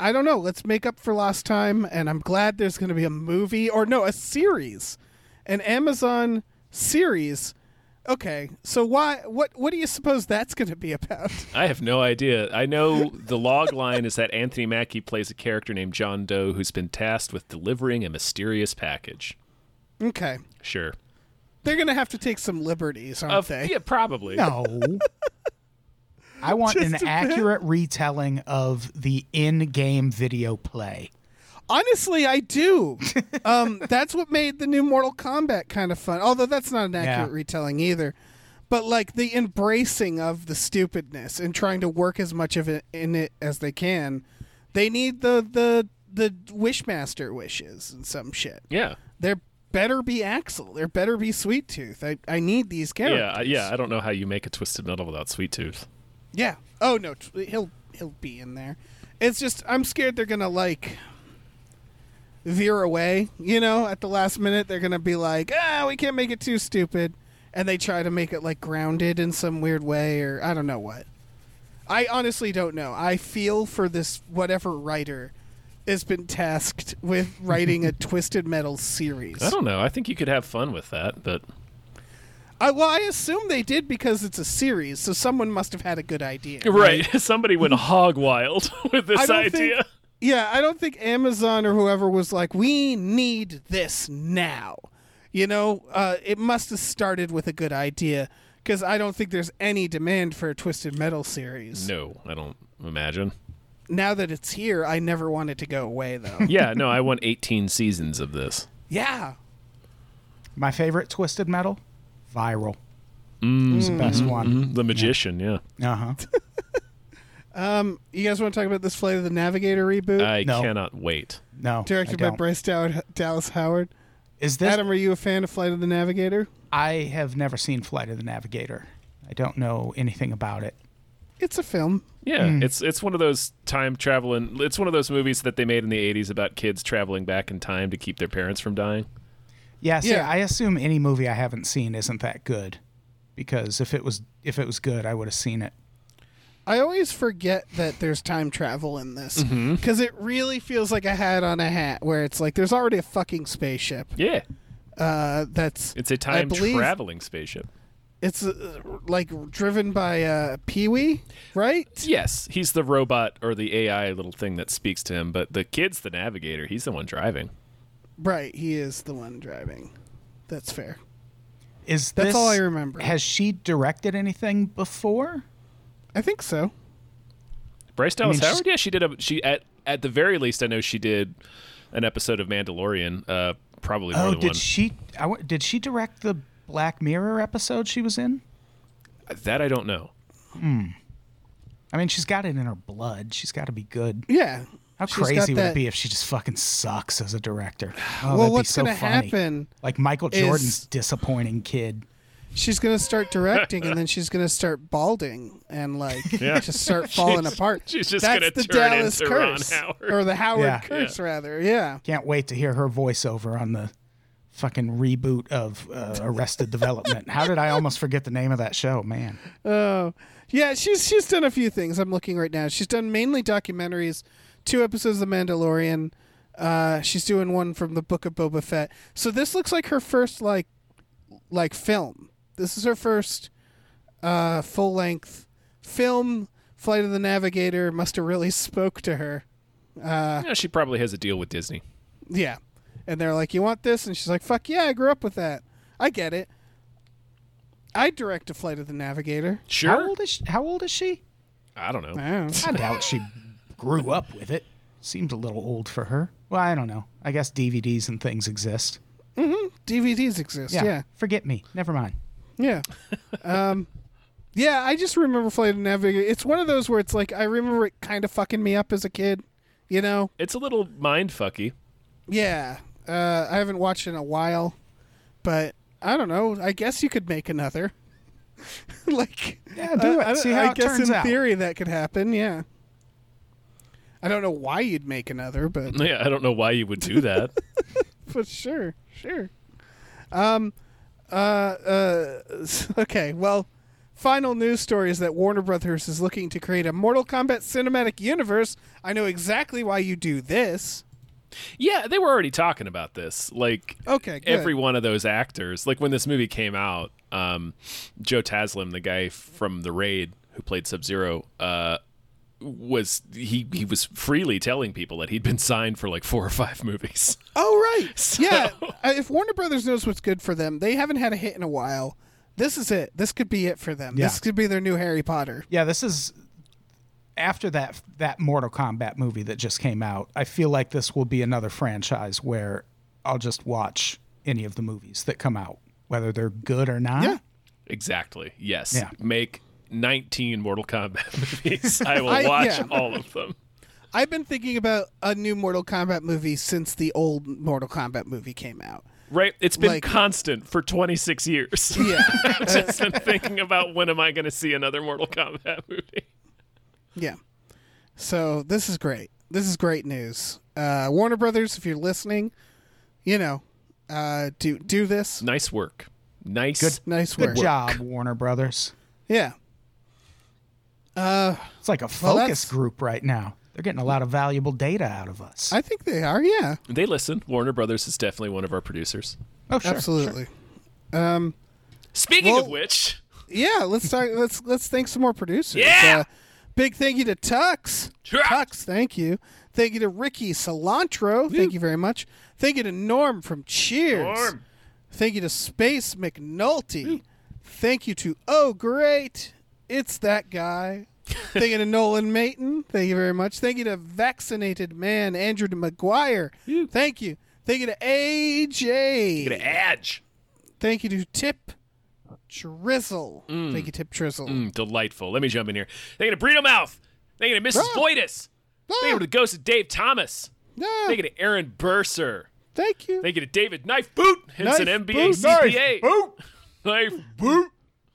Speaker 4: I don't know. Let's make up for lost time, and I'm glad there's going to be a movie or no, a series, an Amazon series. Okay, so why? What? What do you suppose that's going to be about? <laughs>
Speaker 1: I have no idea. I know the log line is that Anthony Mackie plays a character named John Doe who's been tasked with delivering a mysterious package.
Speaker 4: Okay.
Speaker 1: Sure.
Speaker 4: They're gonna have to take some liberties, aren't
Speaker 1: Of-
Speaker 4: they?
Speaker 1: yeah, probably.
Speaker 3: No. I want an
Speaker 4: Just a bit.
Speaker 3: accurate retelling of the in-game video play.
Speaker 4: Honestly, I do. um, that's what made the new Mortal Kombat kind of fun. Although that's not an accurate
Speaker 3: Yeah.
Speaker 4: retelling either. But like the embracing of the stupidness and trying to work as much of it in it as they can. They need the the the wishmaster wishes and some shit.
Speaker 1: Yeah.
Speaker 4: There better be Axel. There better be Sweet Tooth. I, I need these characters.
Speaker 1: Yeah, I- yeah, I don't know how you make a twisted metal without sweet tooth.
Speaker 4: Yeah. Oh no, tw- he'll he'll be in there. It's just I'm scared they're gonna like veer away. You know, at the last minute they're gonna be like, ah, we can't make it too stupid, and they try to make it like grounded in some weird way or I don't know what. I honestly don't know. I feel for this whatever writer has been tasked with writing a twisted metal series.
Speaker 1: I don't know. I think you could have fun with that, but
Speaker 4: I, well, I assume they did because it's a series, so someone must have had a good idea.
Speaker 1: right, <laughs> somebody went hog wild <laughs> with
Speaker 4: I
Speaker 1: this
Speaker 4: don't
Speaker 1: idea.
Speaker 4: Think, yeah, I don't think Amazon or whoever was like, we need this now. You know, uh, it must have started with a good idea because I don't think there's any demand for a Twisted Metal series.
Speaker 1: No, I don't imagine.
Speaker 4: Now that it's here, I never want it to go
Speaker 1: <laughs>
Speaker 4: away, though.
Speaker 1: Yeah, no, I want 18 seasons of this.
Speaker 4: yeah.
Speaker 3: My favorite twisted metal, viral. Mm, it's the best one.
Speaker 1: The Magician, yeah.
Speaker 3: Uh huh.
Speaker 4: You guys want to talk about this Flight of the Navigator reboot?
Speaker 1: I
Speaker 3: No.
Speaker 1: cannot wait.
Speaker 3: No.
Speaker 4: <laughs> directed
Speaker 3: I
Speaker 4: by
Speaker 3: don't.
Speaker 4: Bryce Dow- Dallas Howard.
Speaker 3: Is this?
Speaker 4: Adam, are you a fan of Flight of the Navigator?
Speaker 3: I have never seen Flight of the Navigator. I don't know anything about it.
Speaker 4: It's a film.
Speaker 1: Yeah,
Speaker 3: Mm.
Speaker 1: it's it's one of those time traveling. It's one of those movies that they made in the 80s about kids traveling back in time to keep their parents from dying.
Speaker 3: Yeah, see,
Speaker 4: Yeah.
Speaker 3: I assume any movie I haven't seen isn't that good, because if it was if it was good, I would have seen it.
Speaker 4: I always forget that there's time travel in this
Speaker 3: Mm-hmm.
Speaker 4: because it really feels like a hat on a hat, where it's like there's already a fucking spaceship.
Speaker 1: Yeah,
Speaker 4: Uh, that's
Speaker 1: it's a
Speaker 4: I
Speaker 1: time
Speaker 4: believe
Speaker 1: traveling spaceship.
Speaker 4: It's uh, like driven by uh, Pee Wee, right?
Speaker 1: Yes, he's the robot or the AI little thing that speaks to him, but the kid's the navigator. He's the one driving.
Speaker 4: Right, he is the one driving. That's fair.
Speaker 3: Is
Speaker 4: That's
Speaker 3: this-
Speaker 4: all I remember.
Speaker 3: Has she directed anything before?
Speaker 4: I think so.
Speaker 1: Bryce Dallas
Speaker 3: she's-
Speaker 1: Howard. Yeah, she did a she at at the very least. I know she did an episode of Mandalorian. Uh, probably more
Speaker 3: Oh,
Speaker 1: than
Speaker 3: did
Speaker 1: one.
Speaker 3: she? I wa- did she direct the Black Mirror episode she was in?
Speaker 1: that I don't know.
Speaker 3: I mean, she's got it in her blood. She's got to be good.
Speaker 4: Yeah.
Speaker 3: How
Speaker 4: She's got
Speaker 3: crazy would
Speaker 4: that-
Speaker 3: it be if she just fucking sucks as a
Speaker 4: <sighs>
Speaker 3: director? Oh,
Speaker 4: well,
Speaker 3: that'd
Speaker 4: what's
Speaker 3: be so
Speaker 4: gonna
Speaker 3: funny.
Speaker 4: happen?
Speaker 3: Like Michael
Speaker 4: is-
Speaker 3: Jordan's disappointing kid.
Speaker 4: She's
Speaker 3: <laughs>
Speaker 4: gonna start directing, and then she's gonna start balding
Speaker 3: <laughs>
Speaker 4: and like just start falling apart.
Speaker 1: she's just
Speaker 4: That's
Speaker 1: gonna
Speaker 4: the
Speaker 1: turn
Speaker 4: Dallas
Speaker 1: into Ron
Speaker 4: curse,
Speaker 1: Howard.
Speaker 4: or the Howard
Speaker 3: Yeah.
Speaker 4: curse, rather. Yeah,
Speaker 3: Can't wait to hear her voiceover on the fucking reboot of uh, Arrested Development. How did I almost forget the name of that show? Man,
Speaker 4: oh, yeah. She's she's done a few things. I'm looking right now. She's done mainly documentaries, two episodes of The Mandalorian. Uh, she's doing one from the Book of Boba Fett. So this looks like her first like like film. This is her first uh, full length film. Flight of the Navigator must have really <laughs> spoke to her.
Speaker 3: Uh.
Speaker 1: Yeah, she probably has a deal with Disney.
Speaker 4: Yeah. And they're like, You want this? And she's like, Fuck yeah, I grew up with that. I get it. I direct a flight of the navigator.
Speaker 1: Sure.
Speaker 3: how old is she? How old is she?
Speaker 1: I don't know.
Speaker 4: I don't know.
Speaker 3: <laughs> I doubt she grew up with it. Seems a little old for her. Well, I don't know. I guess DVDs and things exist.
Speaker 4: DVDs exist, yeah. yeah.
Speaker 3: Forget me. Never mind.
Speaker 4: Yeah. um <laughs> Yeah, I just remember Flight of the Navigator. It's one of those where it's like I remember it kind of fucking me up as a kid, you know?
Speaker 1: It's a little mind fucky.
Speaker 4: Yeah. Uh I haven't watched it in a while, but I don't know. I guess you could make another. <laughs> like
Speaker 3: Yeah, do
Speaker 4: I-
Speaker 3: it.
Speaker 4: I,
Speaker 3: See
Speaker 4: I
Speaker 3: how it
Speaker 4: guess
Speaker 3: turns
Speaker 4: in
Speaker 3: out.
Speaker 4: theory that could happen. Yeah. I don't know why you'd make another,
Speaker 1: <laughs>
Speaker 4: but
Speaker 1: Yeah, I don't know why you would do
Speaker 4: <laughs>
Speaker 1: that.
Speaker 4: but sure, sure. Um, uh, uh, <laughs> okay. Well, final news story is that Warner Brothers is looking to create a Mortal Kombat cinematic universe. I know exactly why you do this.
Speaker 1: yeah, they were already talking about this. Like
Speaker 4: Okay, good.
Speaker 1: every one of those actors. Like when this movie came out, um, Joe Taslim, the guy from The Raid who played Sub Zero, uh, was he he was freely telling people that he'd been signed for like four or five movies. <laughs>
Speaker 4: Oh right, yeah. uh, If Warner Brothers knows what's good for them, they haven't had a hit in a while. This is it. This could be it for them. This
Speaker 3: Yeah.
Speaker 4: could be their new Harry Potter.
Speaker 3: Yeah, this is after that that Mortal Kombat movie that just came out. I feel like this will be another franchise where I'll just watch any of the movies that come out, whether they're good or not.
Speaker 4: Yeah.
Speaker 1: Exactly. Yes.
Speaker 3: Yeah.
Speaker 1: Make 19 Mortal Kombat <laughs> movies. I will
Speaker 4: I-
Speaker 1: watch
Speaker 4: yeah.
Speaker 1: all of them.
Speaker 4: I've been thinking about a new Mortal Kombat movie since the old Mortal Kombat movie came out.
Speaker 1: Right? It's been
Speaker 4: Like-
Speaker 1: constant for 26 years.
Speaker 4: Yeah.
Speaker 1: I've <laughs> just been thinking about when am I going to see another Mortal Kombat movie?
Speaker 4: Yeah. So this is great. This is great news. Uh, Warner Brothers, if you're listening, you know, uh, do do this.
Speaker 1: Nice work. Nice.
Speaker 3: Good.
Speaker 4: Nice
Speaker 3: Good
Speaker 4: work.
Speaker 3: job, Warner Brothers.
Speaker 4: Yeah. Uh,
Speaker 3: It's like a
Speaker 4: Well,
Speaker 3: focus
Speaker 4: that's-
Speaker 3: group right now. They're getting a lot of valuable data out of us.
Speaker 4: I think they are. Yeah.
Speaker 1: They listen. Warner Brothers is definitely one of our producers.
Speaker 3: oh, sure.
Speaker 4: Absolutely.
Speaker 1: Speaking of
Speaker 4: Well-
Speaker 1: which,
Speaker 4: Yeah. Let's talk. let's let's thank some more producers.
Speaker 1: Yeah!
Speaker 4: Uh, big thank you to Tux.
Speaker 1: Tux!
Speaker 4: Tux, thank you. Thank you to Ricky Cilantro. Thank you very much. Thank you to Norm from Cheers.
Speaker 1: Norm.
Speaker 4: Thank you to Space McNulty. Thank you to Oh Great, It's That Guy. Thank you to Nolan Mayton. Thank you very much. Thank you to Vaccinated Man, Andrew McGuire. Thank you. Thank you to AJ.
Speaker 1: Get an edge.
Speaker 4: Thank you to Tip Drizzle. Thank you, Tip Drizzle.
Speaker 1: Mm, delightful. Let me jump in here. Thank you to Burrito Mouth. Thank you to Mrs. Voitis.
Speaker 4: Ah,
Speaker 1: Thank you to the ghost of Dave Thomas.
Speaker 4: Yeah,
Speaker 1: Thank you to Aaron Burser.
Speaker 4: Thank you.
Speaker 1: Thank you to David Knife Boot. Hence
Speaker 4: Knife
Speaker 1: an MBA
Speaker 4: Boot. Knife
Speaker 1: CPA. Boot. Knife Boot.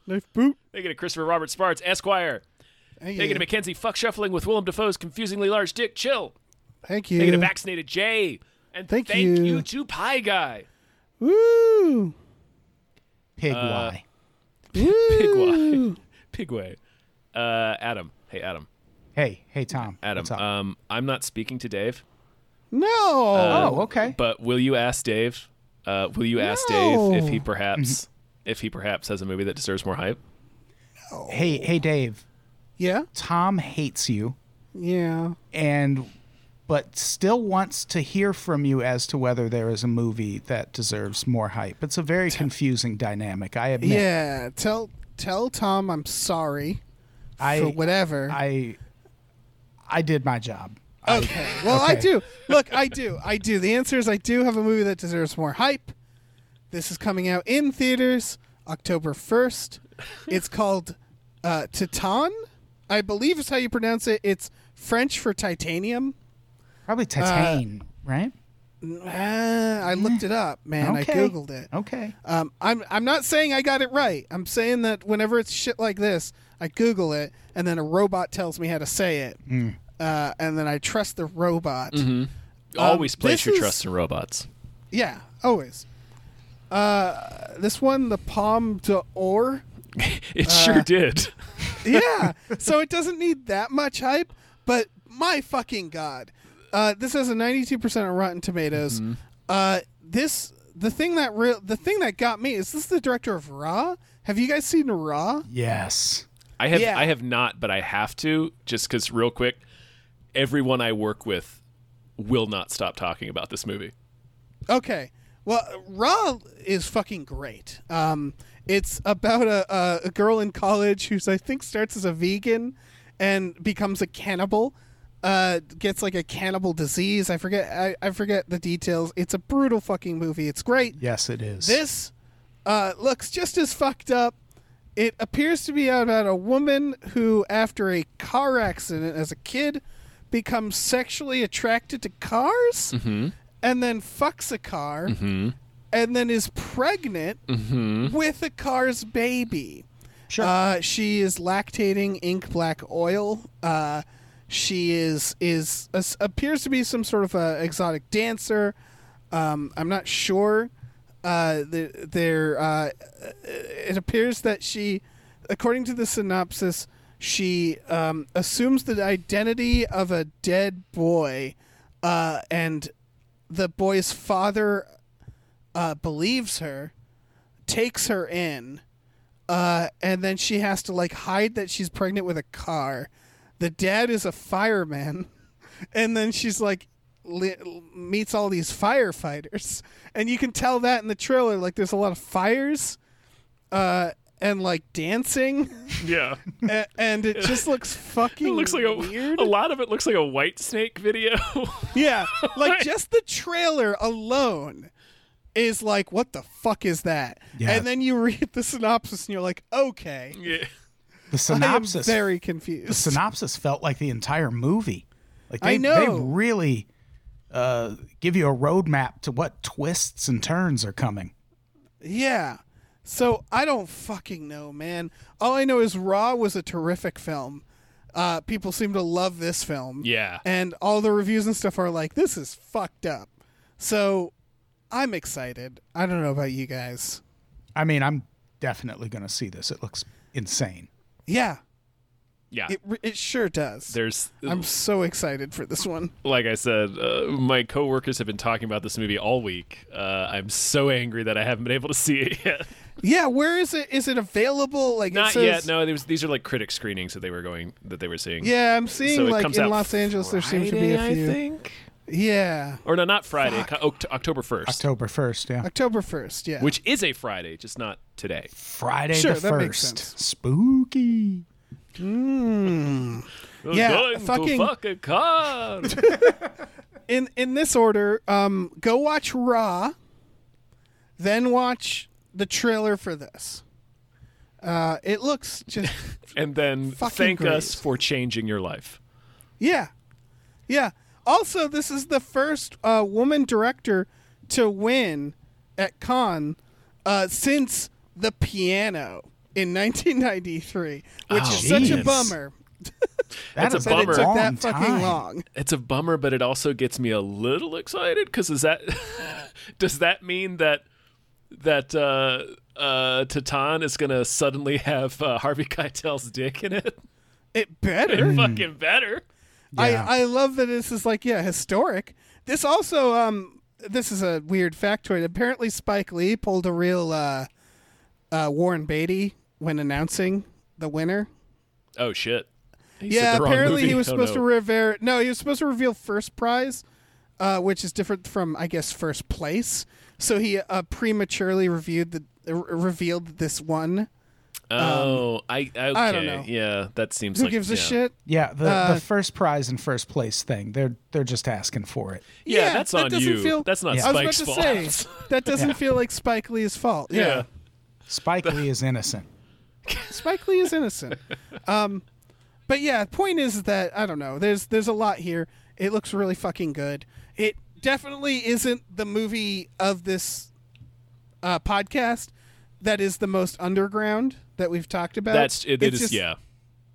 Speaker 4: Knife boot.
Speaker 1: Thank you to Christopher Robert Sparts, Esquire.
Speaker 4: Thank
Speaker 1: Thank you to Mackenzie Fuck Shuffling with Willem Dafoe's confusingly large dick chill.
Speaker 4: Thank you.
Speaker 1: Thank you to Vaccinated Jay. And
Speaker 4: Thank
Speaker 1: you.
Speaker 4: you.
Speaker 1: to Pie Guy. <laughs>
Speaker 4: Woo!
Speaker 3: Pig Y.
Speaker 4: Woo!
Speaker 1: <laughs> Pigway. Pigway. Uh, Adam. Hey, Adam.
Speaker 3: Hey, hey, Tom.
Speaker 1: Adam.
Speaker 3: What's
Speaker 4: uh,
Speaker 3: up?
Speaker 1: Um, I'm not speaking to Dave,
Speaker 4: No.
Speaker 1: Uh,
Speaker 3: oh, okay.
Speaker 1: but will you ask Dave? Uh, will you ask
Speaker 4: No.
Speaker 1: Dave if he perhaps if he perhaps has a movie that deserves more hype?
Speaker 3: Hey, hey, Dave.
Speaker 4: yeah.
Speaker 3: Tom hates you,
Speaker 4: Yeah.
Speaker 3: and but still wants to hear from you as to whether there is a movie that deserves more hype. It's a very confusing dynamic. I admit.
Speaker 4: Yeah. Tell tell Tom I'm sorry
Speaker 3: I,
Speaker 4: for whatever.
Speaker 3: I, I did my job. <laughs>
Speaker 4: okay. Well, I
Speaker 3: okay.
Speaker 4: do. Look, I do. I do. The answer is I do have a movie that deserves more hype. This is coming out in theaters October 1st. It's called uh, Titan. I believe is how you pronounce it. It's French for titanium.
Speaker 3: Probably Titane, right?
Speaker 4: Uh, I looked it up, man.
Speaker 3: Okay.
Speaker 4: I googled it.
Speaker 3: Okay.
Speaker 4: Um, I'm I'm not saying I got it right. I'm saying that whenever it's shit like this, I Google it, and then a robot tells me how to say it,
Speaker 3: Hmm.
Speaker 4: uh, and then I trust the robot.
Speaker 1: Always place
Speaker 4: Um, this
Speaker 1: your
Speaker 4: is-
Speaker 1: trust in robots. <laughs>
Speaker 4: Yeah, always. Uh, this one, the Palm d'Or. Uh,
Speaker 1: It sure did.
Speaker 4: Yeah, so it doesn't need that much hype, but my fucking god, uh, this has a 92% on Rotten Tomatoes. Uh, this the thing that real the thing that got me is this the director of Raw. Have you guys seen Raw?
Speaker 3: Yes.
Speaker 1: I have
Speaker 4: Yeah.
Speaker 1: I have not, but I have to just because real quick, everyone I work with will not stop talking about this movie.
Speaker 4: Okay. Well, Raw is fucking great. Um, it's about a, a, a girl in college who's I think starts as a vegan and becomes a cannibal. Uh, gets like a cannibal disease. I forget. I, I forget the details. It's a brutal fucking movie. It's great.
Speaker 3: Yes, it is.
Speaker 4: This uh, looks just as fucked up. It appears to be about a woman who, after a car accident as a kid, becomes sexually attracted to cars and then fucks a car and then is pregnant with a car's baby.
Speaker 3: Sure.
Speaker 4: Uh, she is lactating ink black oil. Uh, she is is as- appears to be some sort of a exotic dancer. Um, I'm not sure. Uh, there, there uh, it appears that she, according to the synopsis, she um, assumes the identity of a dead boy, uh, and the boy's father uh, believes her, takes her in, uh, and then she has to like hide that she's pregnant with a car. The dad is a fireman, <laughs> and then she's like li- meets all these firefighters, and you can tell that in the trailer. Like there's a lot of fires, uh, and like dancing,
Speaker 1: Yeah,
Speaker 4: a- and it just looks fucking
Speaker 1: it looks like a, <laughs>
Speaker 4: weird.
Speaker 1: a lot of it looks like a White Snake video. <laughs>
Speaker 4: Yeah, like just the trailer alone is like, what the fuck is that?
Speaker 3: Yeah.
Speaker 4: And then you read the synopsis and you're like, okay,
Speaker 1: yeah.
Speaker 3: the
Speaker 4: I am
Speaker 3: synopsis.
Speaker 4: very
Speaker 3: the
Speaker 4: confused.
Speaker 3: synopsis felt like the entire movie. Like they,
Speaker 4: I know.
Speaker 3: they really uh, give you a roadmap to what twists and turns are coming.
Speaker 4: yeah, so I don't fucking know, man. All I know is Raw was a terrific film. Uh, people seem to love this film.
Speaker 1: Yeah.
Speaker 4: and all the reviews and stuff are like, this is fucked up. So I'm excited. I don't know about you guys.
Speaker 3: I mean, I'm definitely going to see this. It looks insane.
Speaker 4: Yeah,
Speaker 1: Yeah.
Speaker 4: it re- it sure does.
Speaker 1: There's
Speaker 4: I'm so excited for this one.
Speaker 1: like I said, uh, my coworkers have been talking about this movie all week. Uh, I'm so angry that I haven't been able to see it yet.
Speaker 4: Yeah, where is it? Is it available?
Speaker 1: <laughs>
Speaker 4: Like
Speaker 1: Not
Speaker 4: it says,
Speaker 1: yet. No, there was, these are like critic screenings that they were going that they were seeing.
Speaker 4: Yeah, I'm seeing
Speaker 1: So it
Speaker 4: like
Speaker 1: comes
Speaker 4: in
Speaker 1: out
Speaker 4: Los Angeles there seems to be
Speaker 1: Friday,
Speaker 4: a few.
Speaker 1: I think.
Speaker 4: Yeah.
Speaker 1: Or no, not Friday, co- Oct- October 1st,
Speaker 3: October 1st, yeah.
Speaker 4: October 1st, yeah.
Speaker 1: which is a Friday, just not today.
Speaker 3: Friday
Speaker 4: Sure,
Speaker 3: the 1st.
Speaker 4: that makes sense.
Speaker 3: Spooky.
Speaker 4: Yeah,
Speaker 1: Going to
Speaker 4: fucking-
Speaker 1: fuck a
Speaker 4: <laughs>
Speaker 1: con.
Speaker 4: in in this order, um, go watch Raw, then watch the trailer for this. Uh, it looks just
Speaker 1: and then
Speaker 4: Fucking
Speaker 1: thank us
Speaker 4: great.
Speaker 1: for changing your life.
Speaker 4: yeah, yeah. Also, this is the first uh, woman director to win at con uh, since The Piano in 1993, which is such a
Speaker 3: Jeez.
Speaker 4: bummer.
Speaker 1: That's a
Speaker 3: is
Speaker 1: bummer.
Speaker 4: It took
Speaker 1: Long
Speaker 4: that fucking long.
Speaker 1: It's a bummer, but it also gets me a little excited because is that <laughs> does that mean that that uh, uh, Tatan is gonna suddenly have uh, Harvey Keitel's dick in it? <laughs>
Speaker 4: It better.
Speaker 1: Fucking better.
Speaker 3: Yeah.
Speaker 4: I, I love that this is like yeah historic. This also um this is a weird factoid. Apparently Spike Lee pulled a real uh, uh, Warren Beatty when announcing the winner.
Speaker 1: Oh shit. He said
Speaker 4: yeah,
Speaker 1: the wrong
Speaker 4: apparently he
Speaker 1: movie.
Speaker 4: was
Speaker 1: Oh,
Speaker 4: supposed
Speaker 1: no.
Speaker 4: to reveal no he was supposed to reveal first prize, uh, which is different from I guess first place. So he uh, prematurely reviewed the uh, revealed this one.
Speaker 1: Oh, I okay.
Speaker 4: um, I don't know.
Speaker 1: Yeah, that seems
Speaker 4: Who
Speaker 1: like
Speaker 4: gives a
Speaker 1: yeah.
Speaker 4: shit?
Speaker 3: Yeah, the,
Speaker 4: Uh,
Speaker 3: the first prize and first place thing. They're they're just asking for it.
Speaker 1: Yeah,
Speaker 4: Yeah,
Speaker 1: that's
Speaker 4: that
Speaker 1: on
Speaker 4: doesn't
Speaker 1: you.
Speaker 4: feel-
Speaker 1: That's not
Speaker 3: Yeah. I
Speaker 4: I was
Speaker 1: Spike's
Speaker 4: about
Speaker 1: fault.
Speaker 4: to say
Speaker 1: <laughs>
Speaker 4: that doesn't feel like Spike Lee's fault. yeah.
Speaker 1: yeah.
Speaker 3: Spike Lee is innocent.
Speaker 4: Spike Lee is
Speaker 1: <laughs>
Speaker 4: innocent. um, but yeah, point is that I don't know. There's there's a lot here. It looks really fucking good. It definitely isn't the movie of this uh, podcast that is the most underground that we've talked about.
Speaker 1: That's it, it
Speaker 4: It's
Speaker 1: is
Speaker 4: just-
Speaker 1: yeah.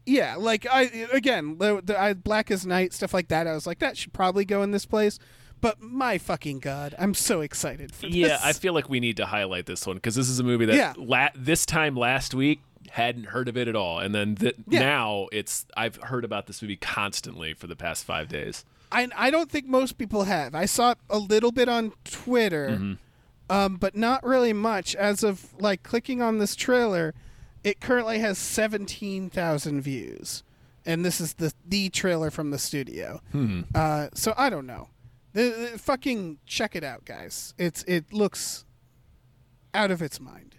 Speaker 4: yeah. Like I again, the, the, I, Black as Night stuff like that. I was like, that should probably go in this place. But my fucking god, I'm so excited for
Speaker 1: Yeah,
Speaker 4: this.
Speaker 1: I feel like we need to highlight this one because this is a movie that
Speaker 4: Yeah.
Speaker 1: la- this time last week hadn't heard of it at all, and then th-
Speaker 4: Yeah.
Speaker 1: now it's I've heard about this movie constantly for the past five days.
Speaker 4: I I don't think most people have. I saw it a little bit on Twitter, um, but not really much. As of like clicking on this trailer, it currently has seventeen thousand views, and this is the the trailer from the studio. Uh, so I don't know. The, the- fucking check it out, guys. It's it looks out of its mind.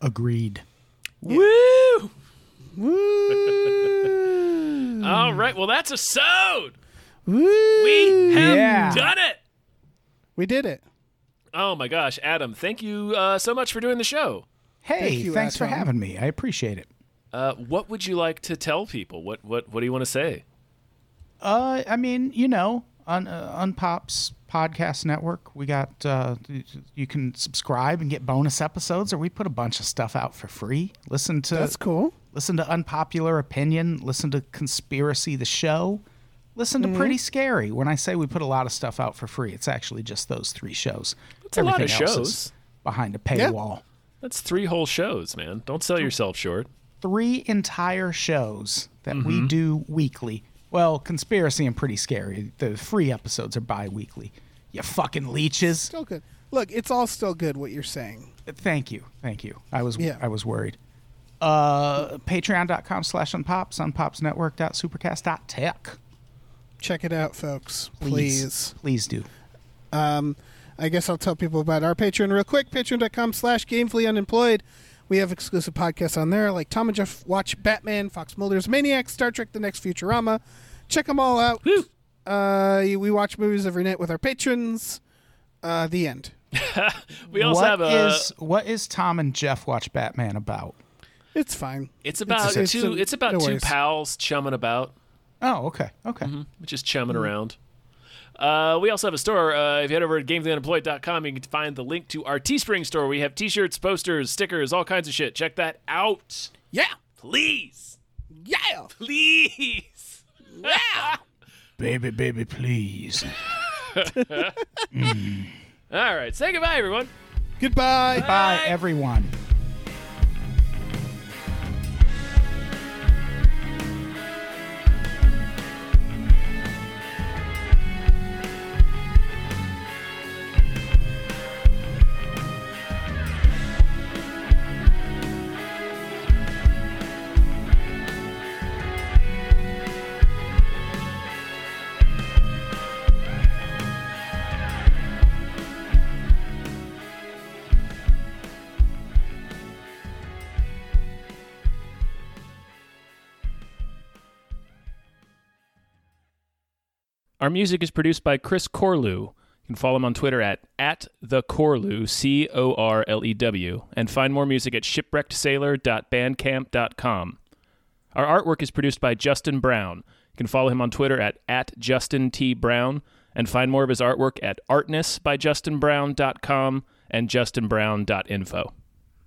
Speaker 3: Agreed.
Speaker 1: Woo!
Speaker 4: Woo!
Speaker 1: All right, well that's a sode.
Speaker 4: Woo!
Speaker 1: We have
Speaker 3: Yeah.
Speaker 1: done it.
Speaker 4: We did it.
Speaker 1: Oh my gosh, Adam, thank you uh, so much for doing the show.
Speaker 3: Hey,
Speaker 4: Thank you,
Speaker 3: thanks for
Speaker 4: Adam.
Speaker 3: having me. I appreciate it.
Speaker 1: Uh, what would you like to tell people? What what what do you want to say?
Speaker 3: Uh, I mean, you know, on uh, on Pops Podcast Network, we got uh, you can subscribe and get bonus episodes, or we put a bunch of stuff out for free. Listen to
Speaker 4: That's cool.
Speaker 3: listen to unpopular opinion. Listen to conspiracy, the show. Listen
Speaker 1: Mm-hmm.
Speaker 3: to pretty scary. When I say we put a lot of stuff out for free, it's actually just those three shows. It's
Speaker 1: a lot of shows.
Speaker 3: behind a paywall.
Speaker 1: That's three whole shows, man. Don't sell yourself short.
Speaker 3: three entire shows that
Speaker 1: Mm-hmm.
Speaker 3: we do weekly. Well, conspiracy and pretty scary. The free episodes are bi-weekly. You fucking leeches.
Speaker 4: Still good. Look, it's all still good. What you're saying.
Speaker 3: Thank you. Thank you. I was
Speaker 4: Yeah.
Speaker 3: I was worried. Uh patreon.com slash unpops, unpopsnetwork.supercast.tech.
Speaker 4: check it out, folks.
Speaker 3: Please.
Speaker 4: Please.
Speaker 3: Please do.
Speaker 4: Um, I guess I'll tell people about our Patreon real quick. Patreon.com slash Gamefully Unemployed. We have exclusive podcasts on there like Tom and Jeff Watch Batman, Fox Mulder's Maniacs, Star Trek The Next Futurama. Check them all out.
Speaker 1: Woo!
Speaker 4: Uh, we watch movies every night with our patrons. Uh, the end.
Speaker 1: We also
Speaker 3: What
Speaker 1: have uh, a
Speaker 3: is what is Tom and Jeff watch Batman about?
Speaker 4: It's fine.
Speaker 1: It's about
Speaker 4: it's
Speaker 1: two.
Speaker 4: a-
Speaker 1: it's about
Speaker 4: no
Speaker 1: two
Speaker 4: worries.
Speaker 1: pals chumming about,
Speaker 3: Oh, okay. Okay.
Speaker 1: just chumming
Speaker 4: Mm-hmm.
Speaker 1: around. Uh, we also have a store. Uh, if you head over to gamefullyunemployed.com, you can find the link to our Teespring store. We have T-shirts, posters, stickers, all kinds of shit. Check that out,
Speaker 4: Yeah.
Speaker 1: please,
Speaker 4: Yeah.
Speaker 1: please. <laughs>
Speaker 3: Baby, baby, please.
Speaker 1: All right, say goodbye, everyone.
Speaker 4: Goodbye.
Speaker 3: Bye everyone.
Speaker 1: Our music is produced by Chris Corlew. You can follow him on Twitter at, at the Corlew, C O R L E W, and find more music at shipwreckedsailor.bandcamp.com. Our artwork is produced by Justin Brown. You can follow him on Twitter at, at Justin T. Brown and find more of his artwork at artnessbyjustinbrown.com and justinbrown.info.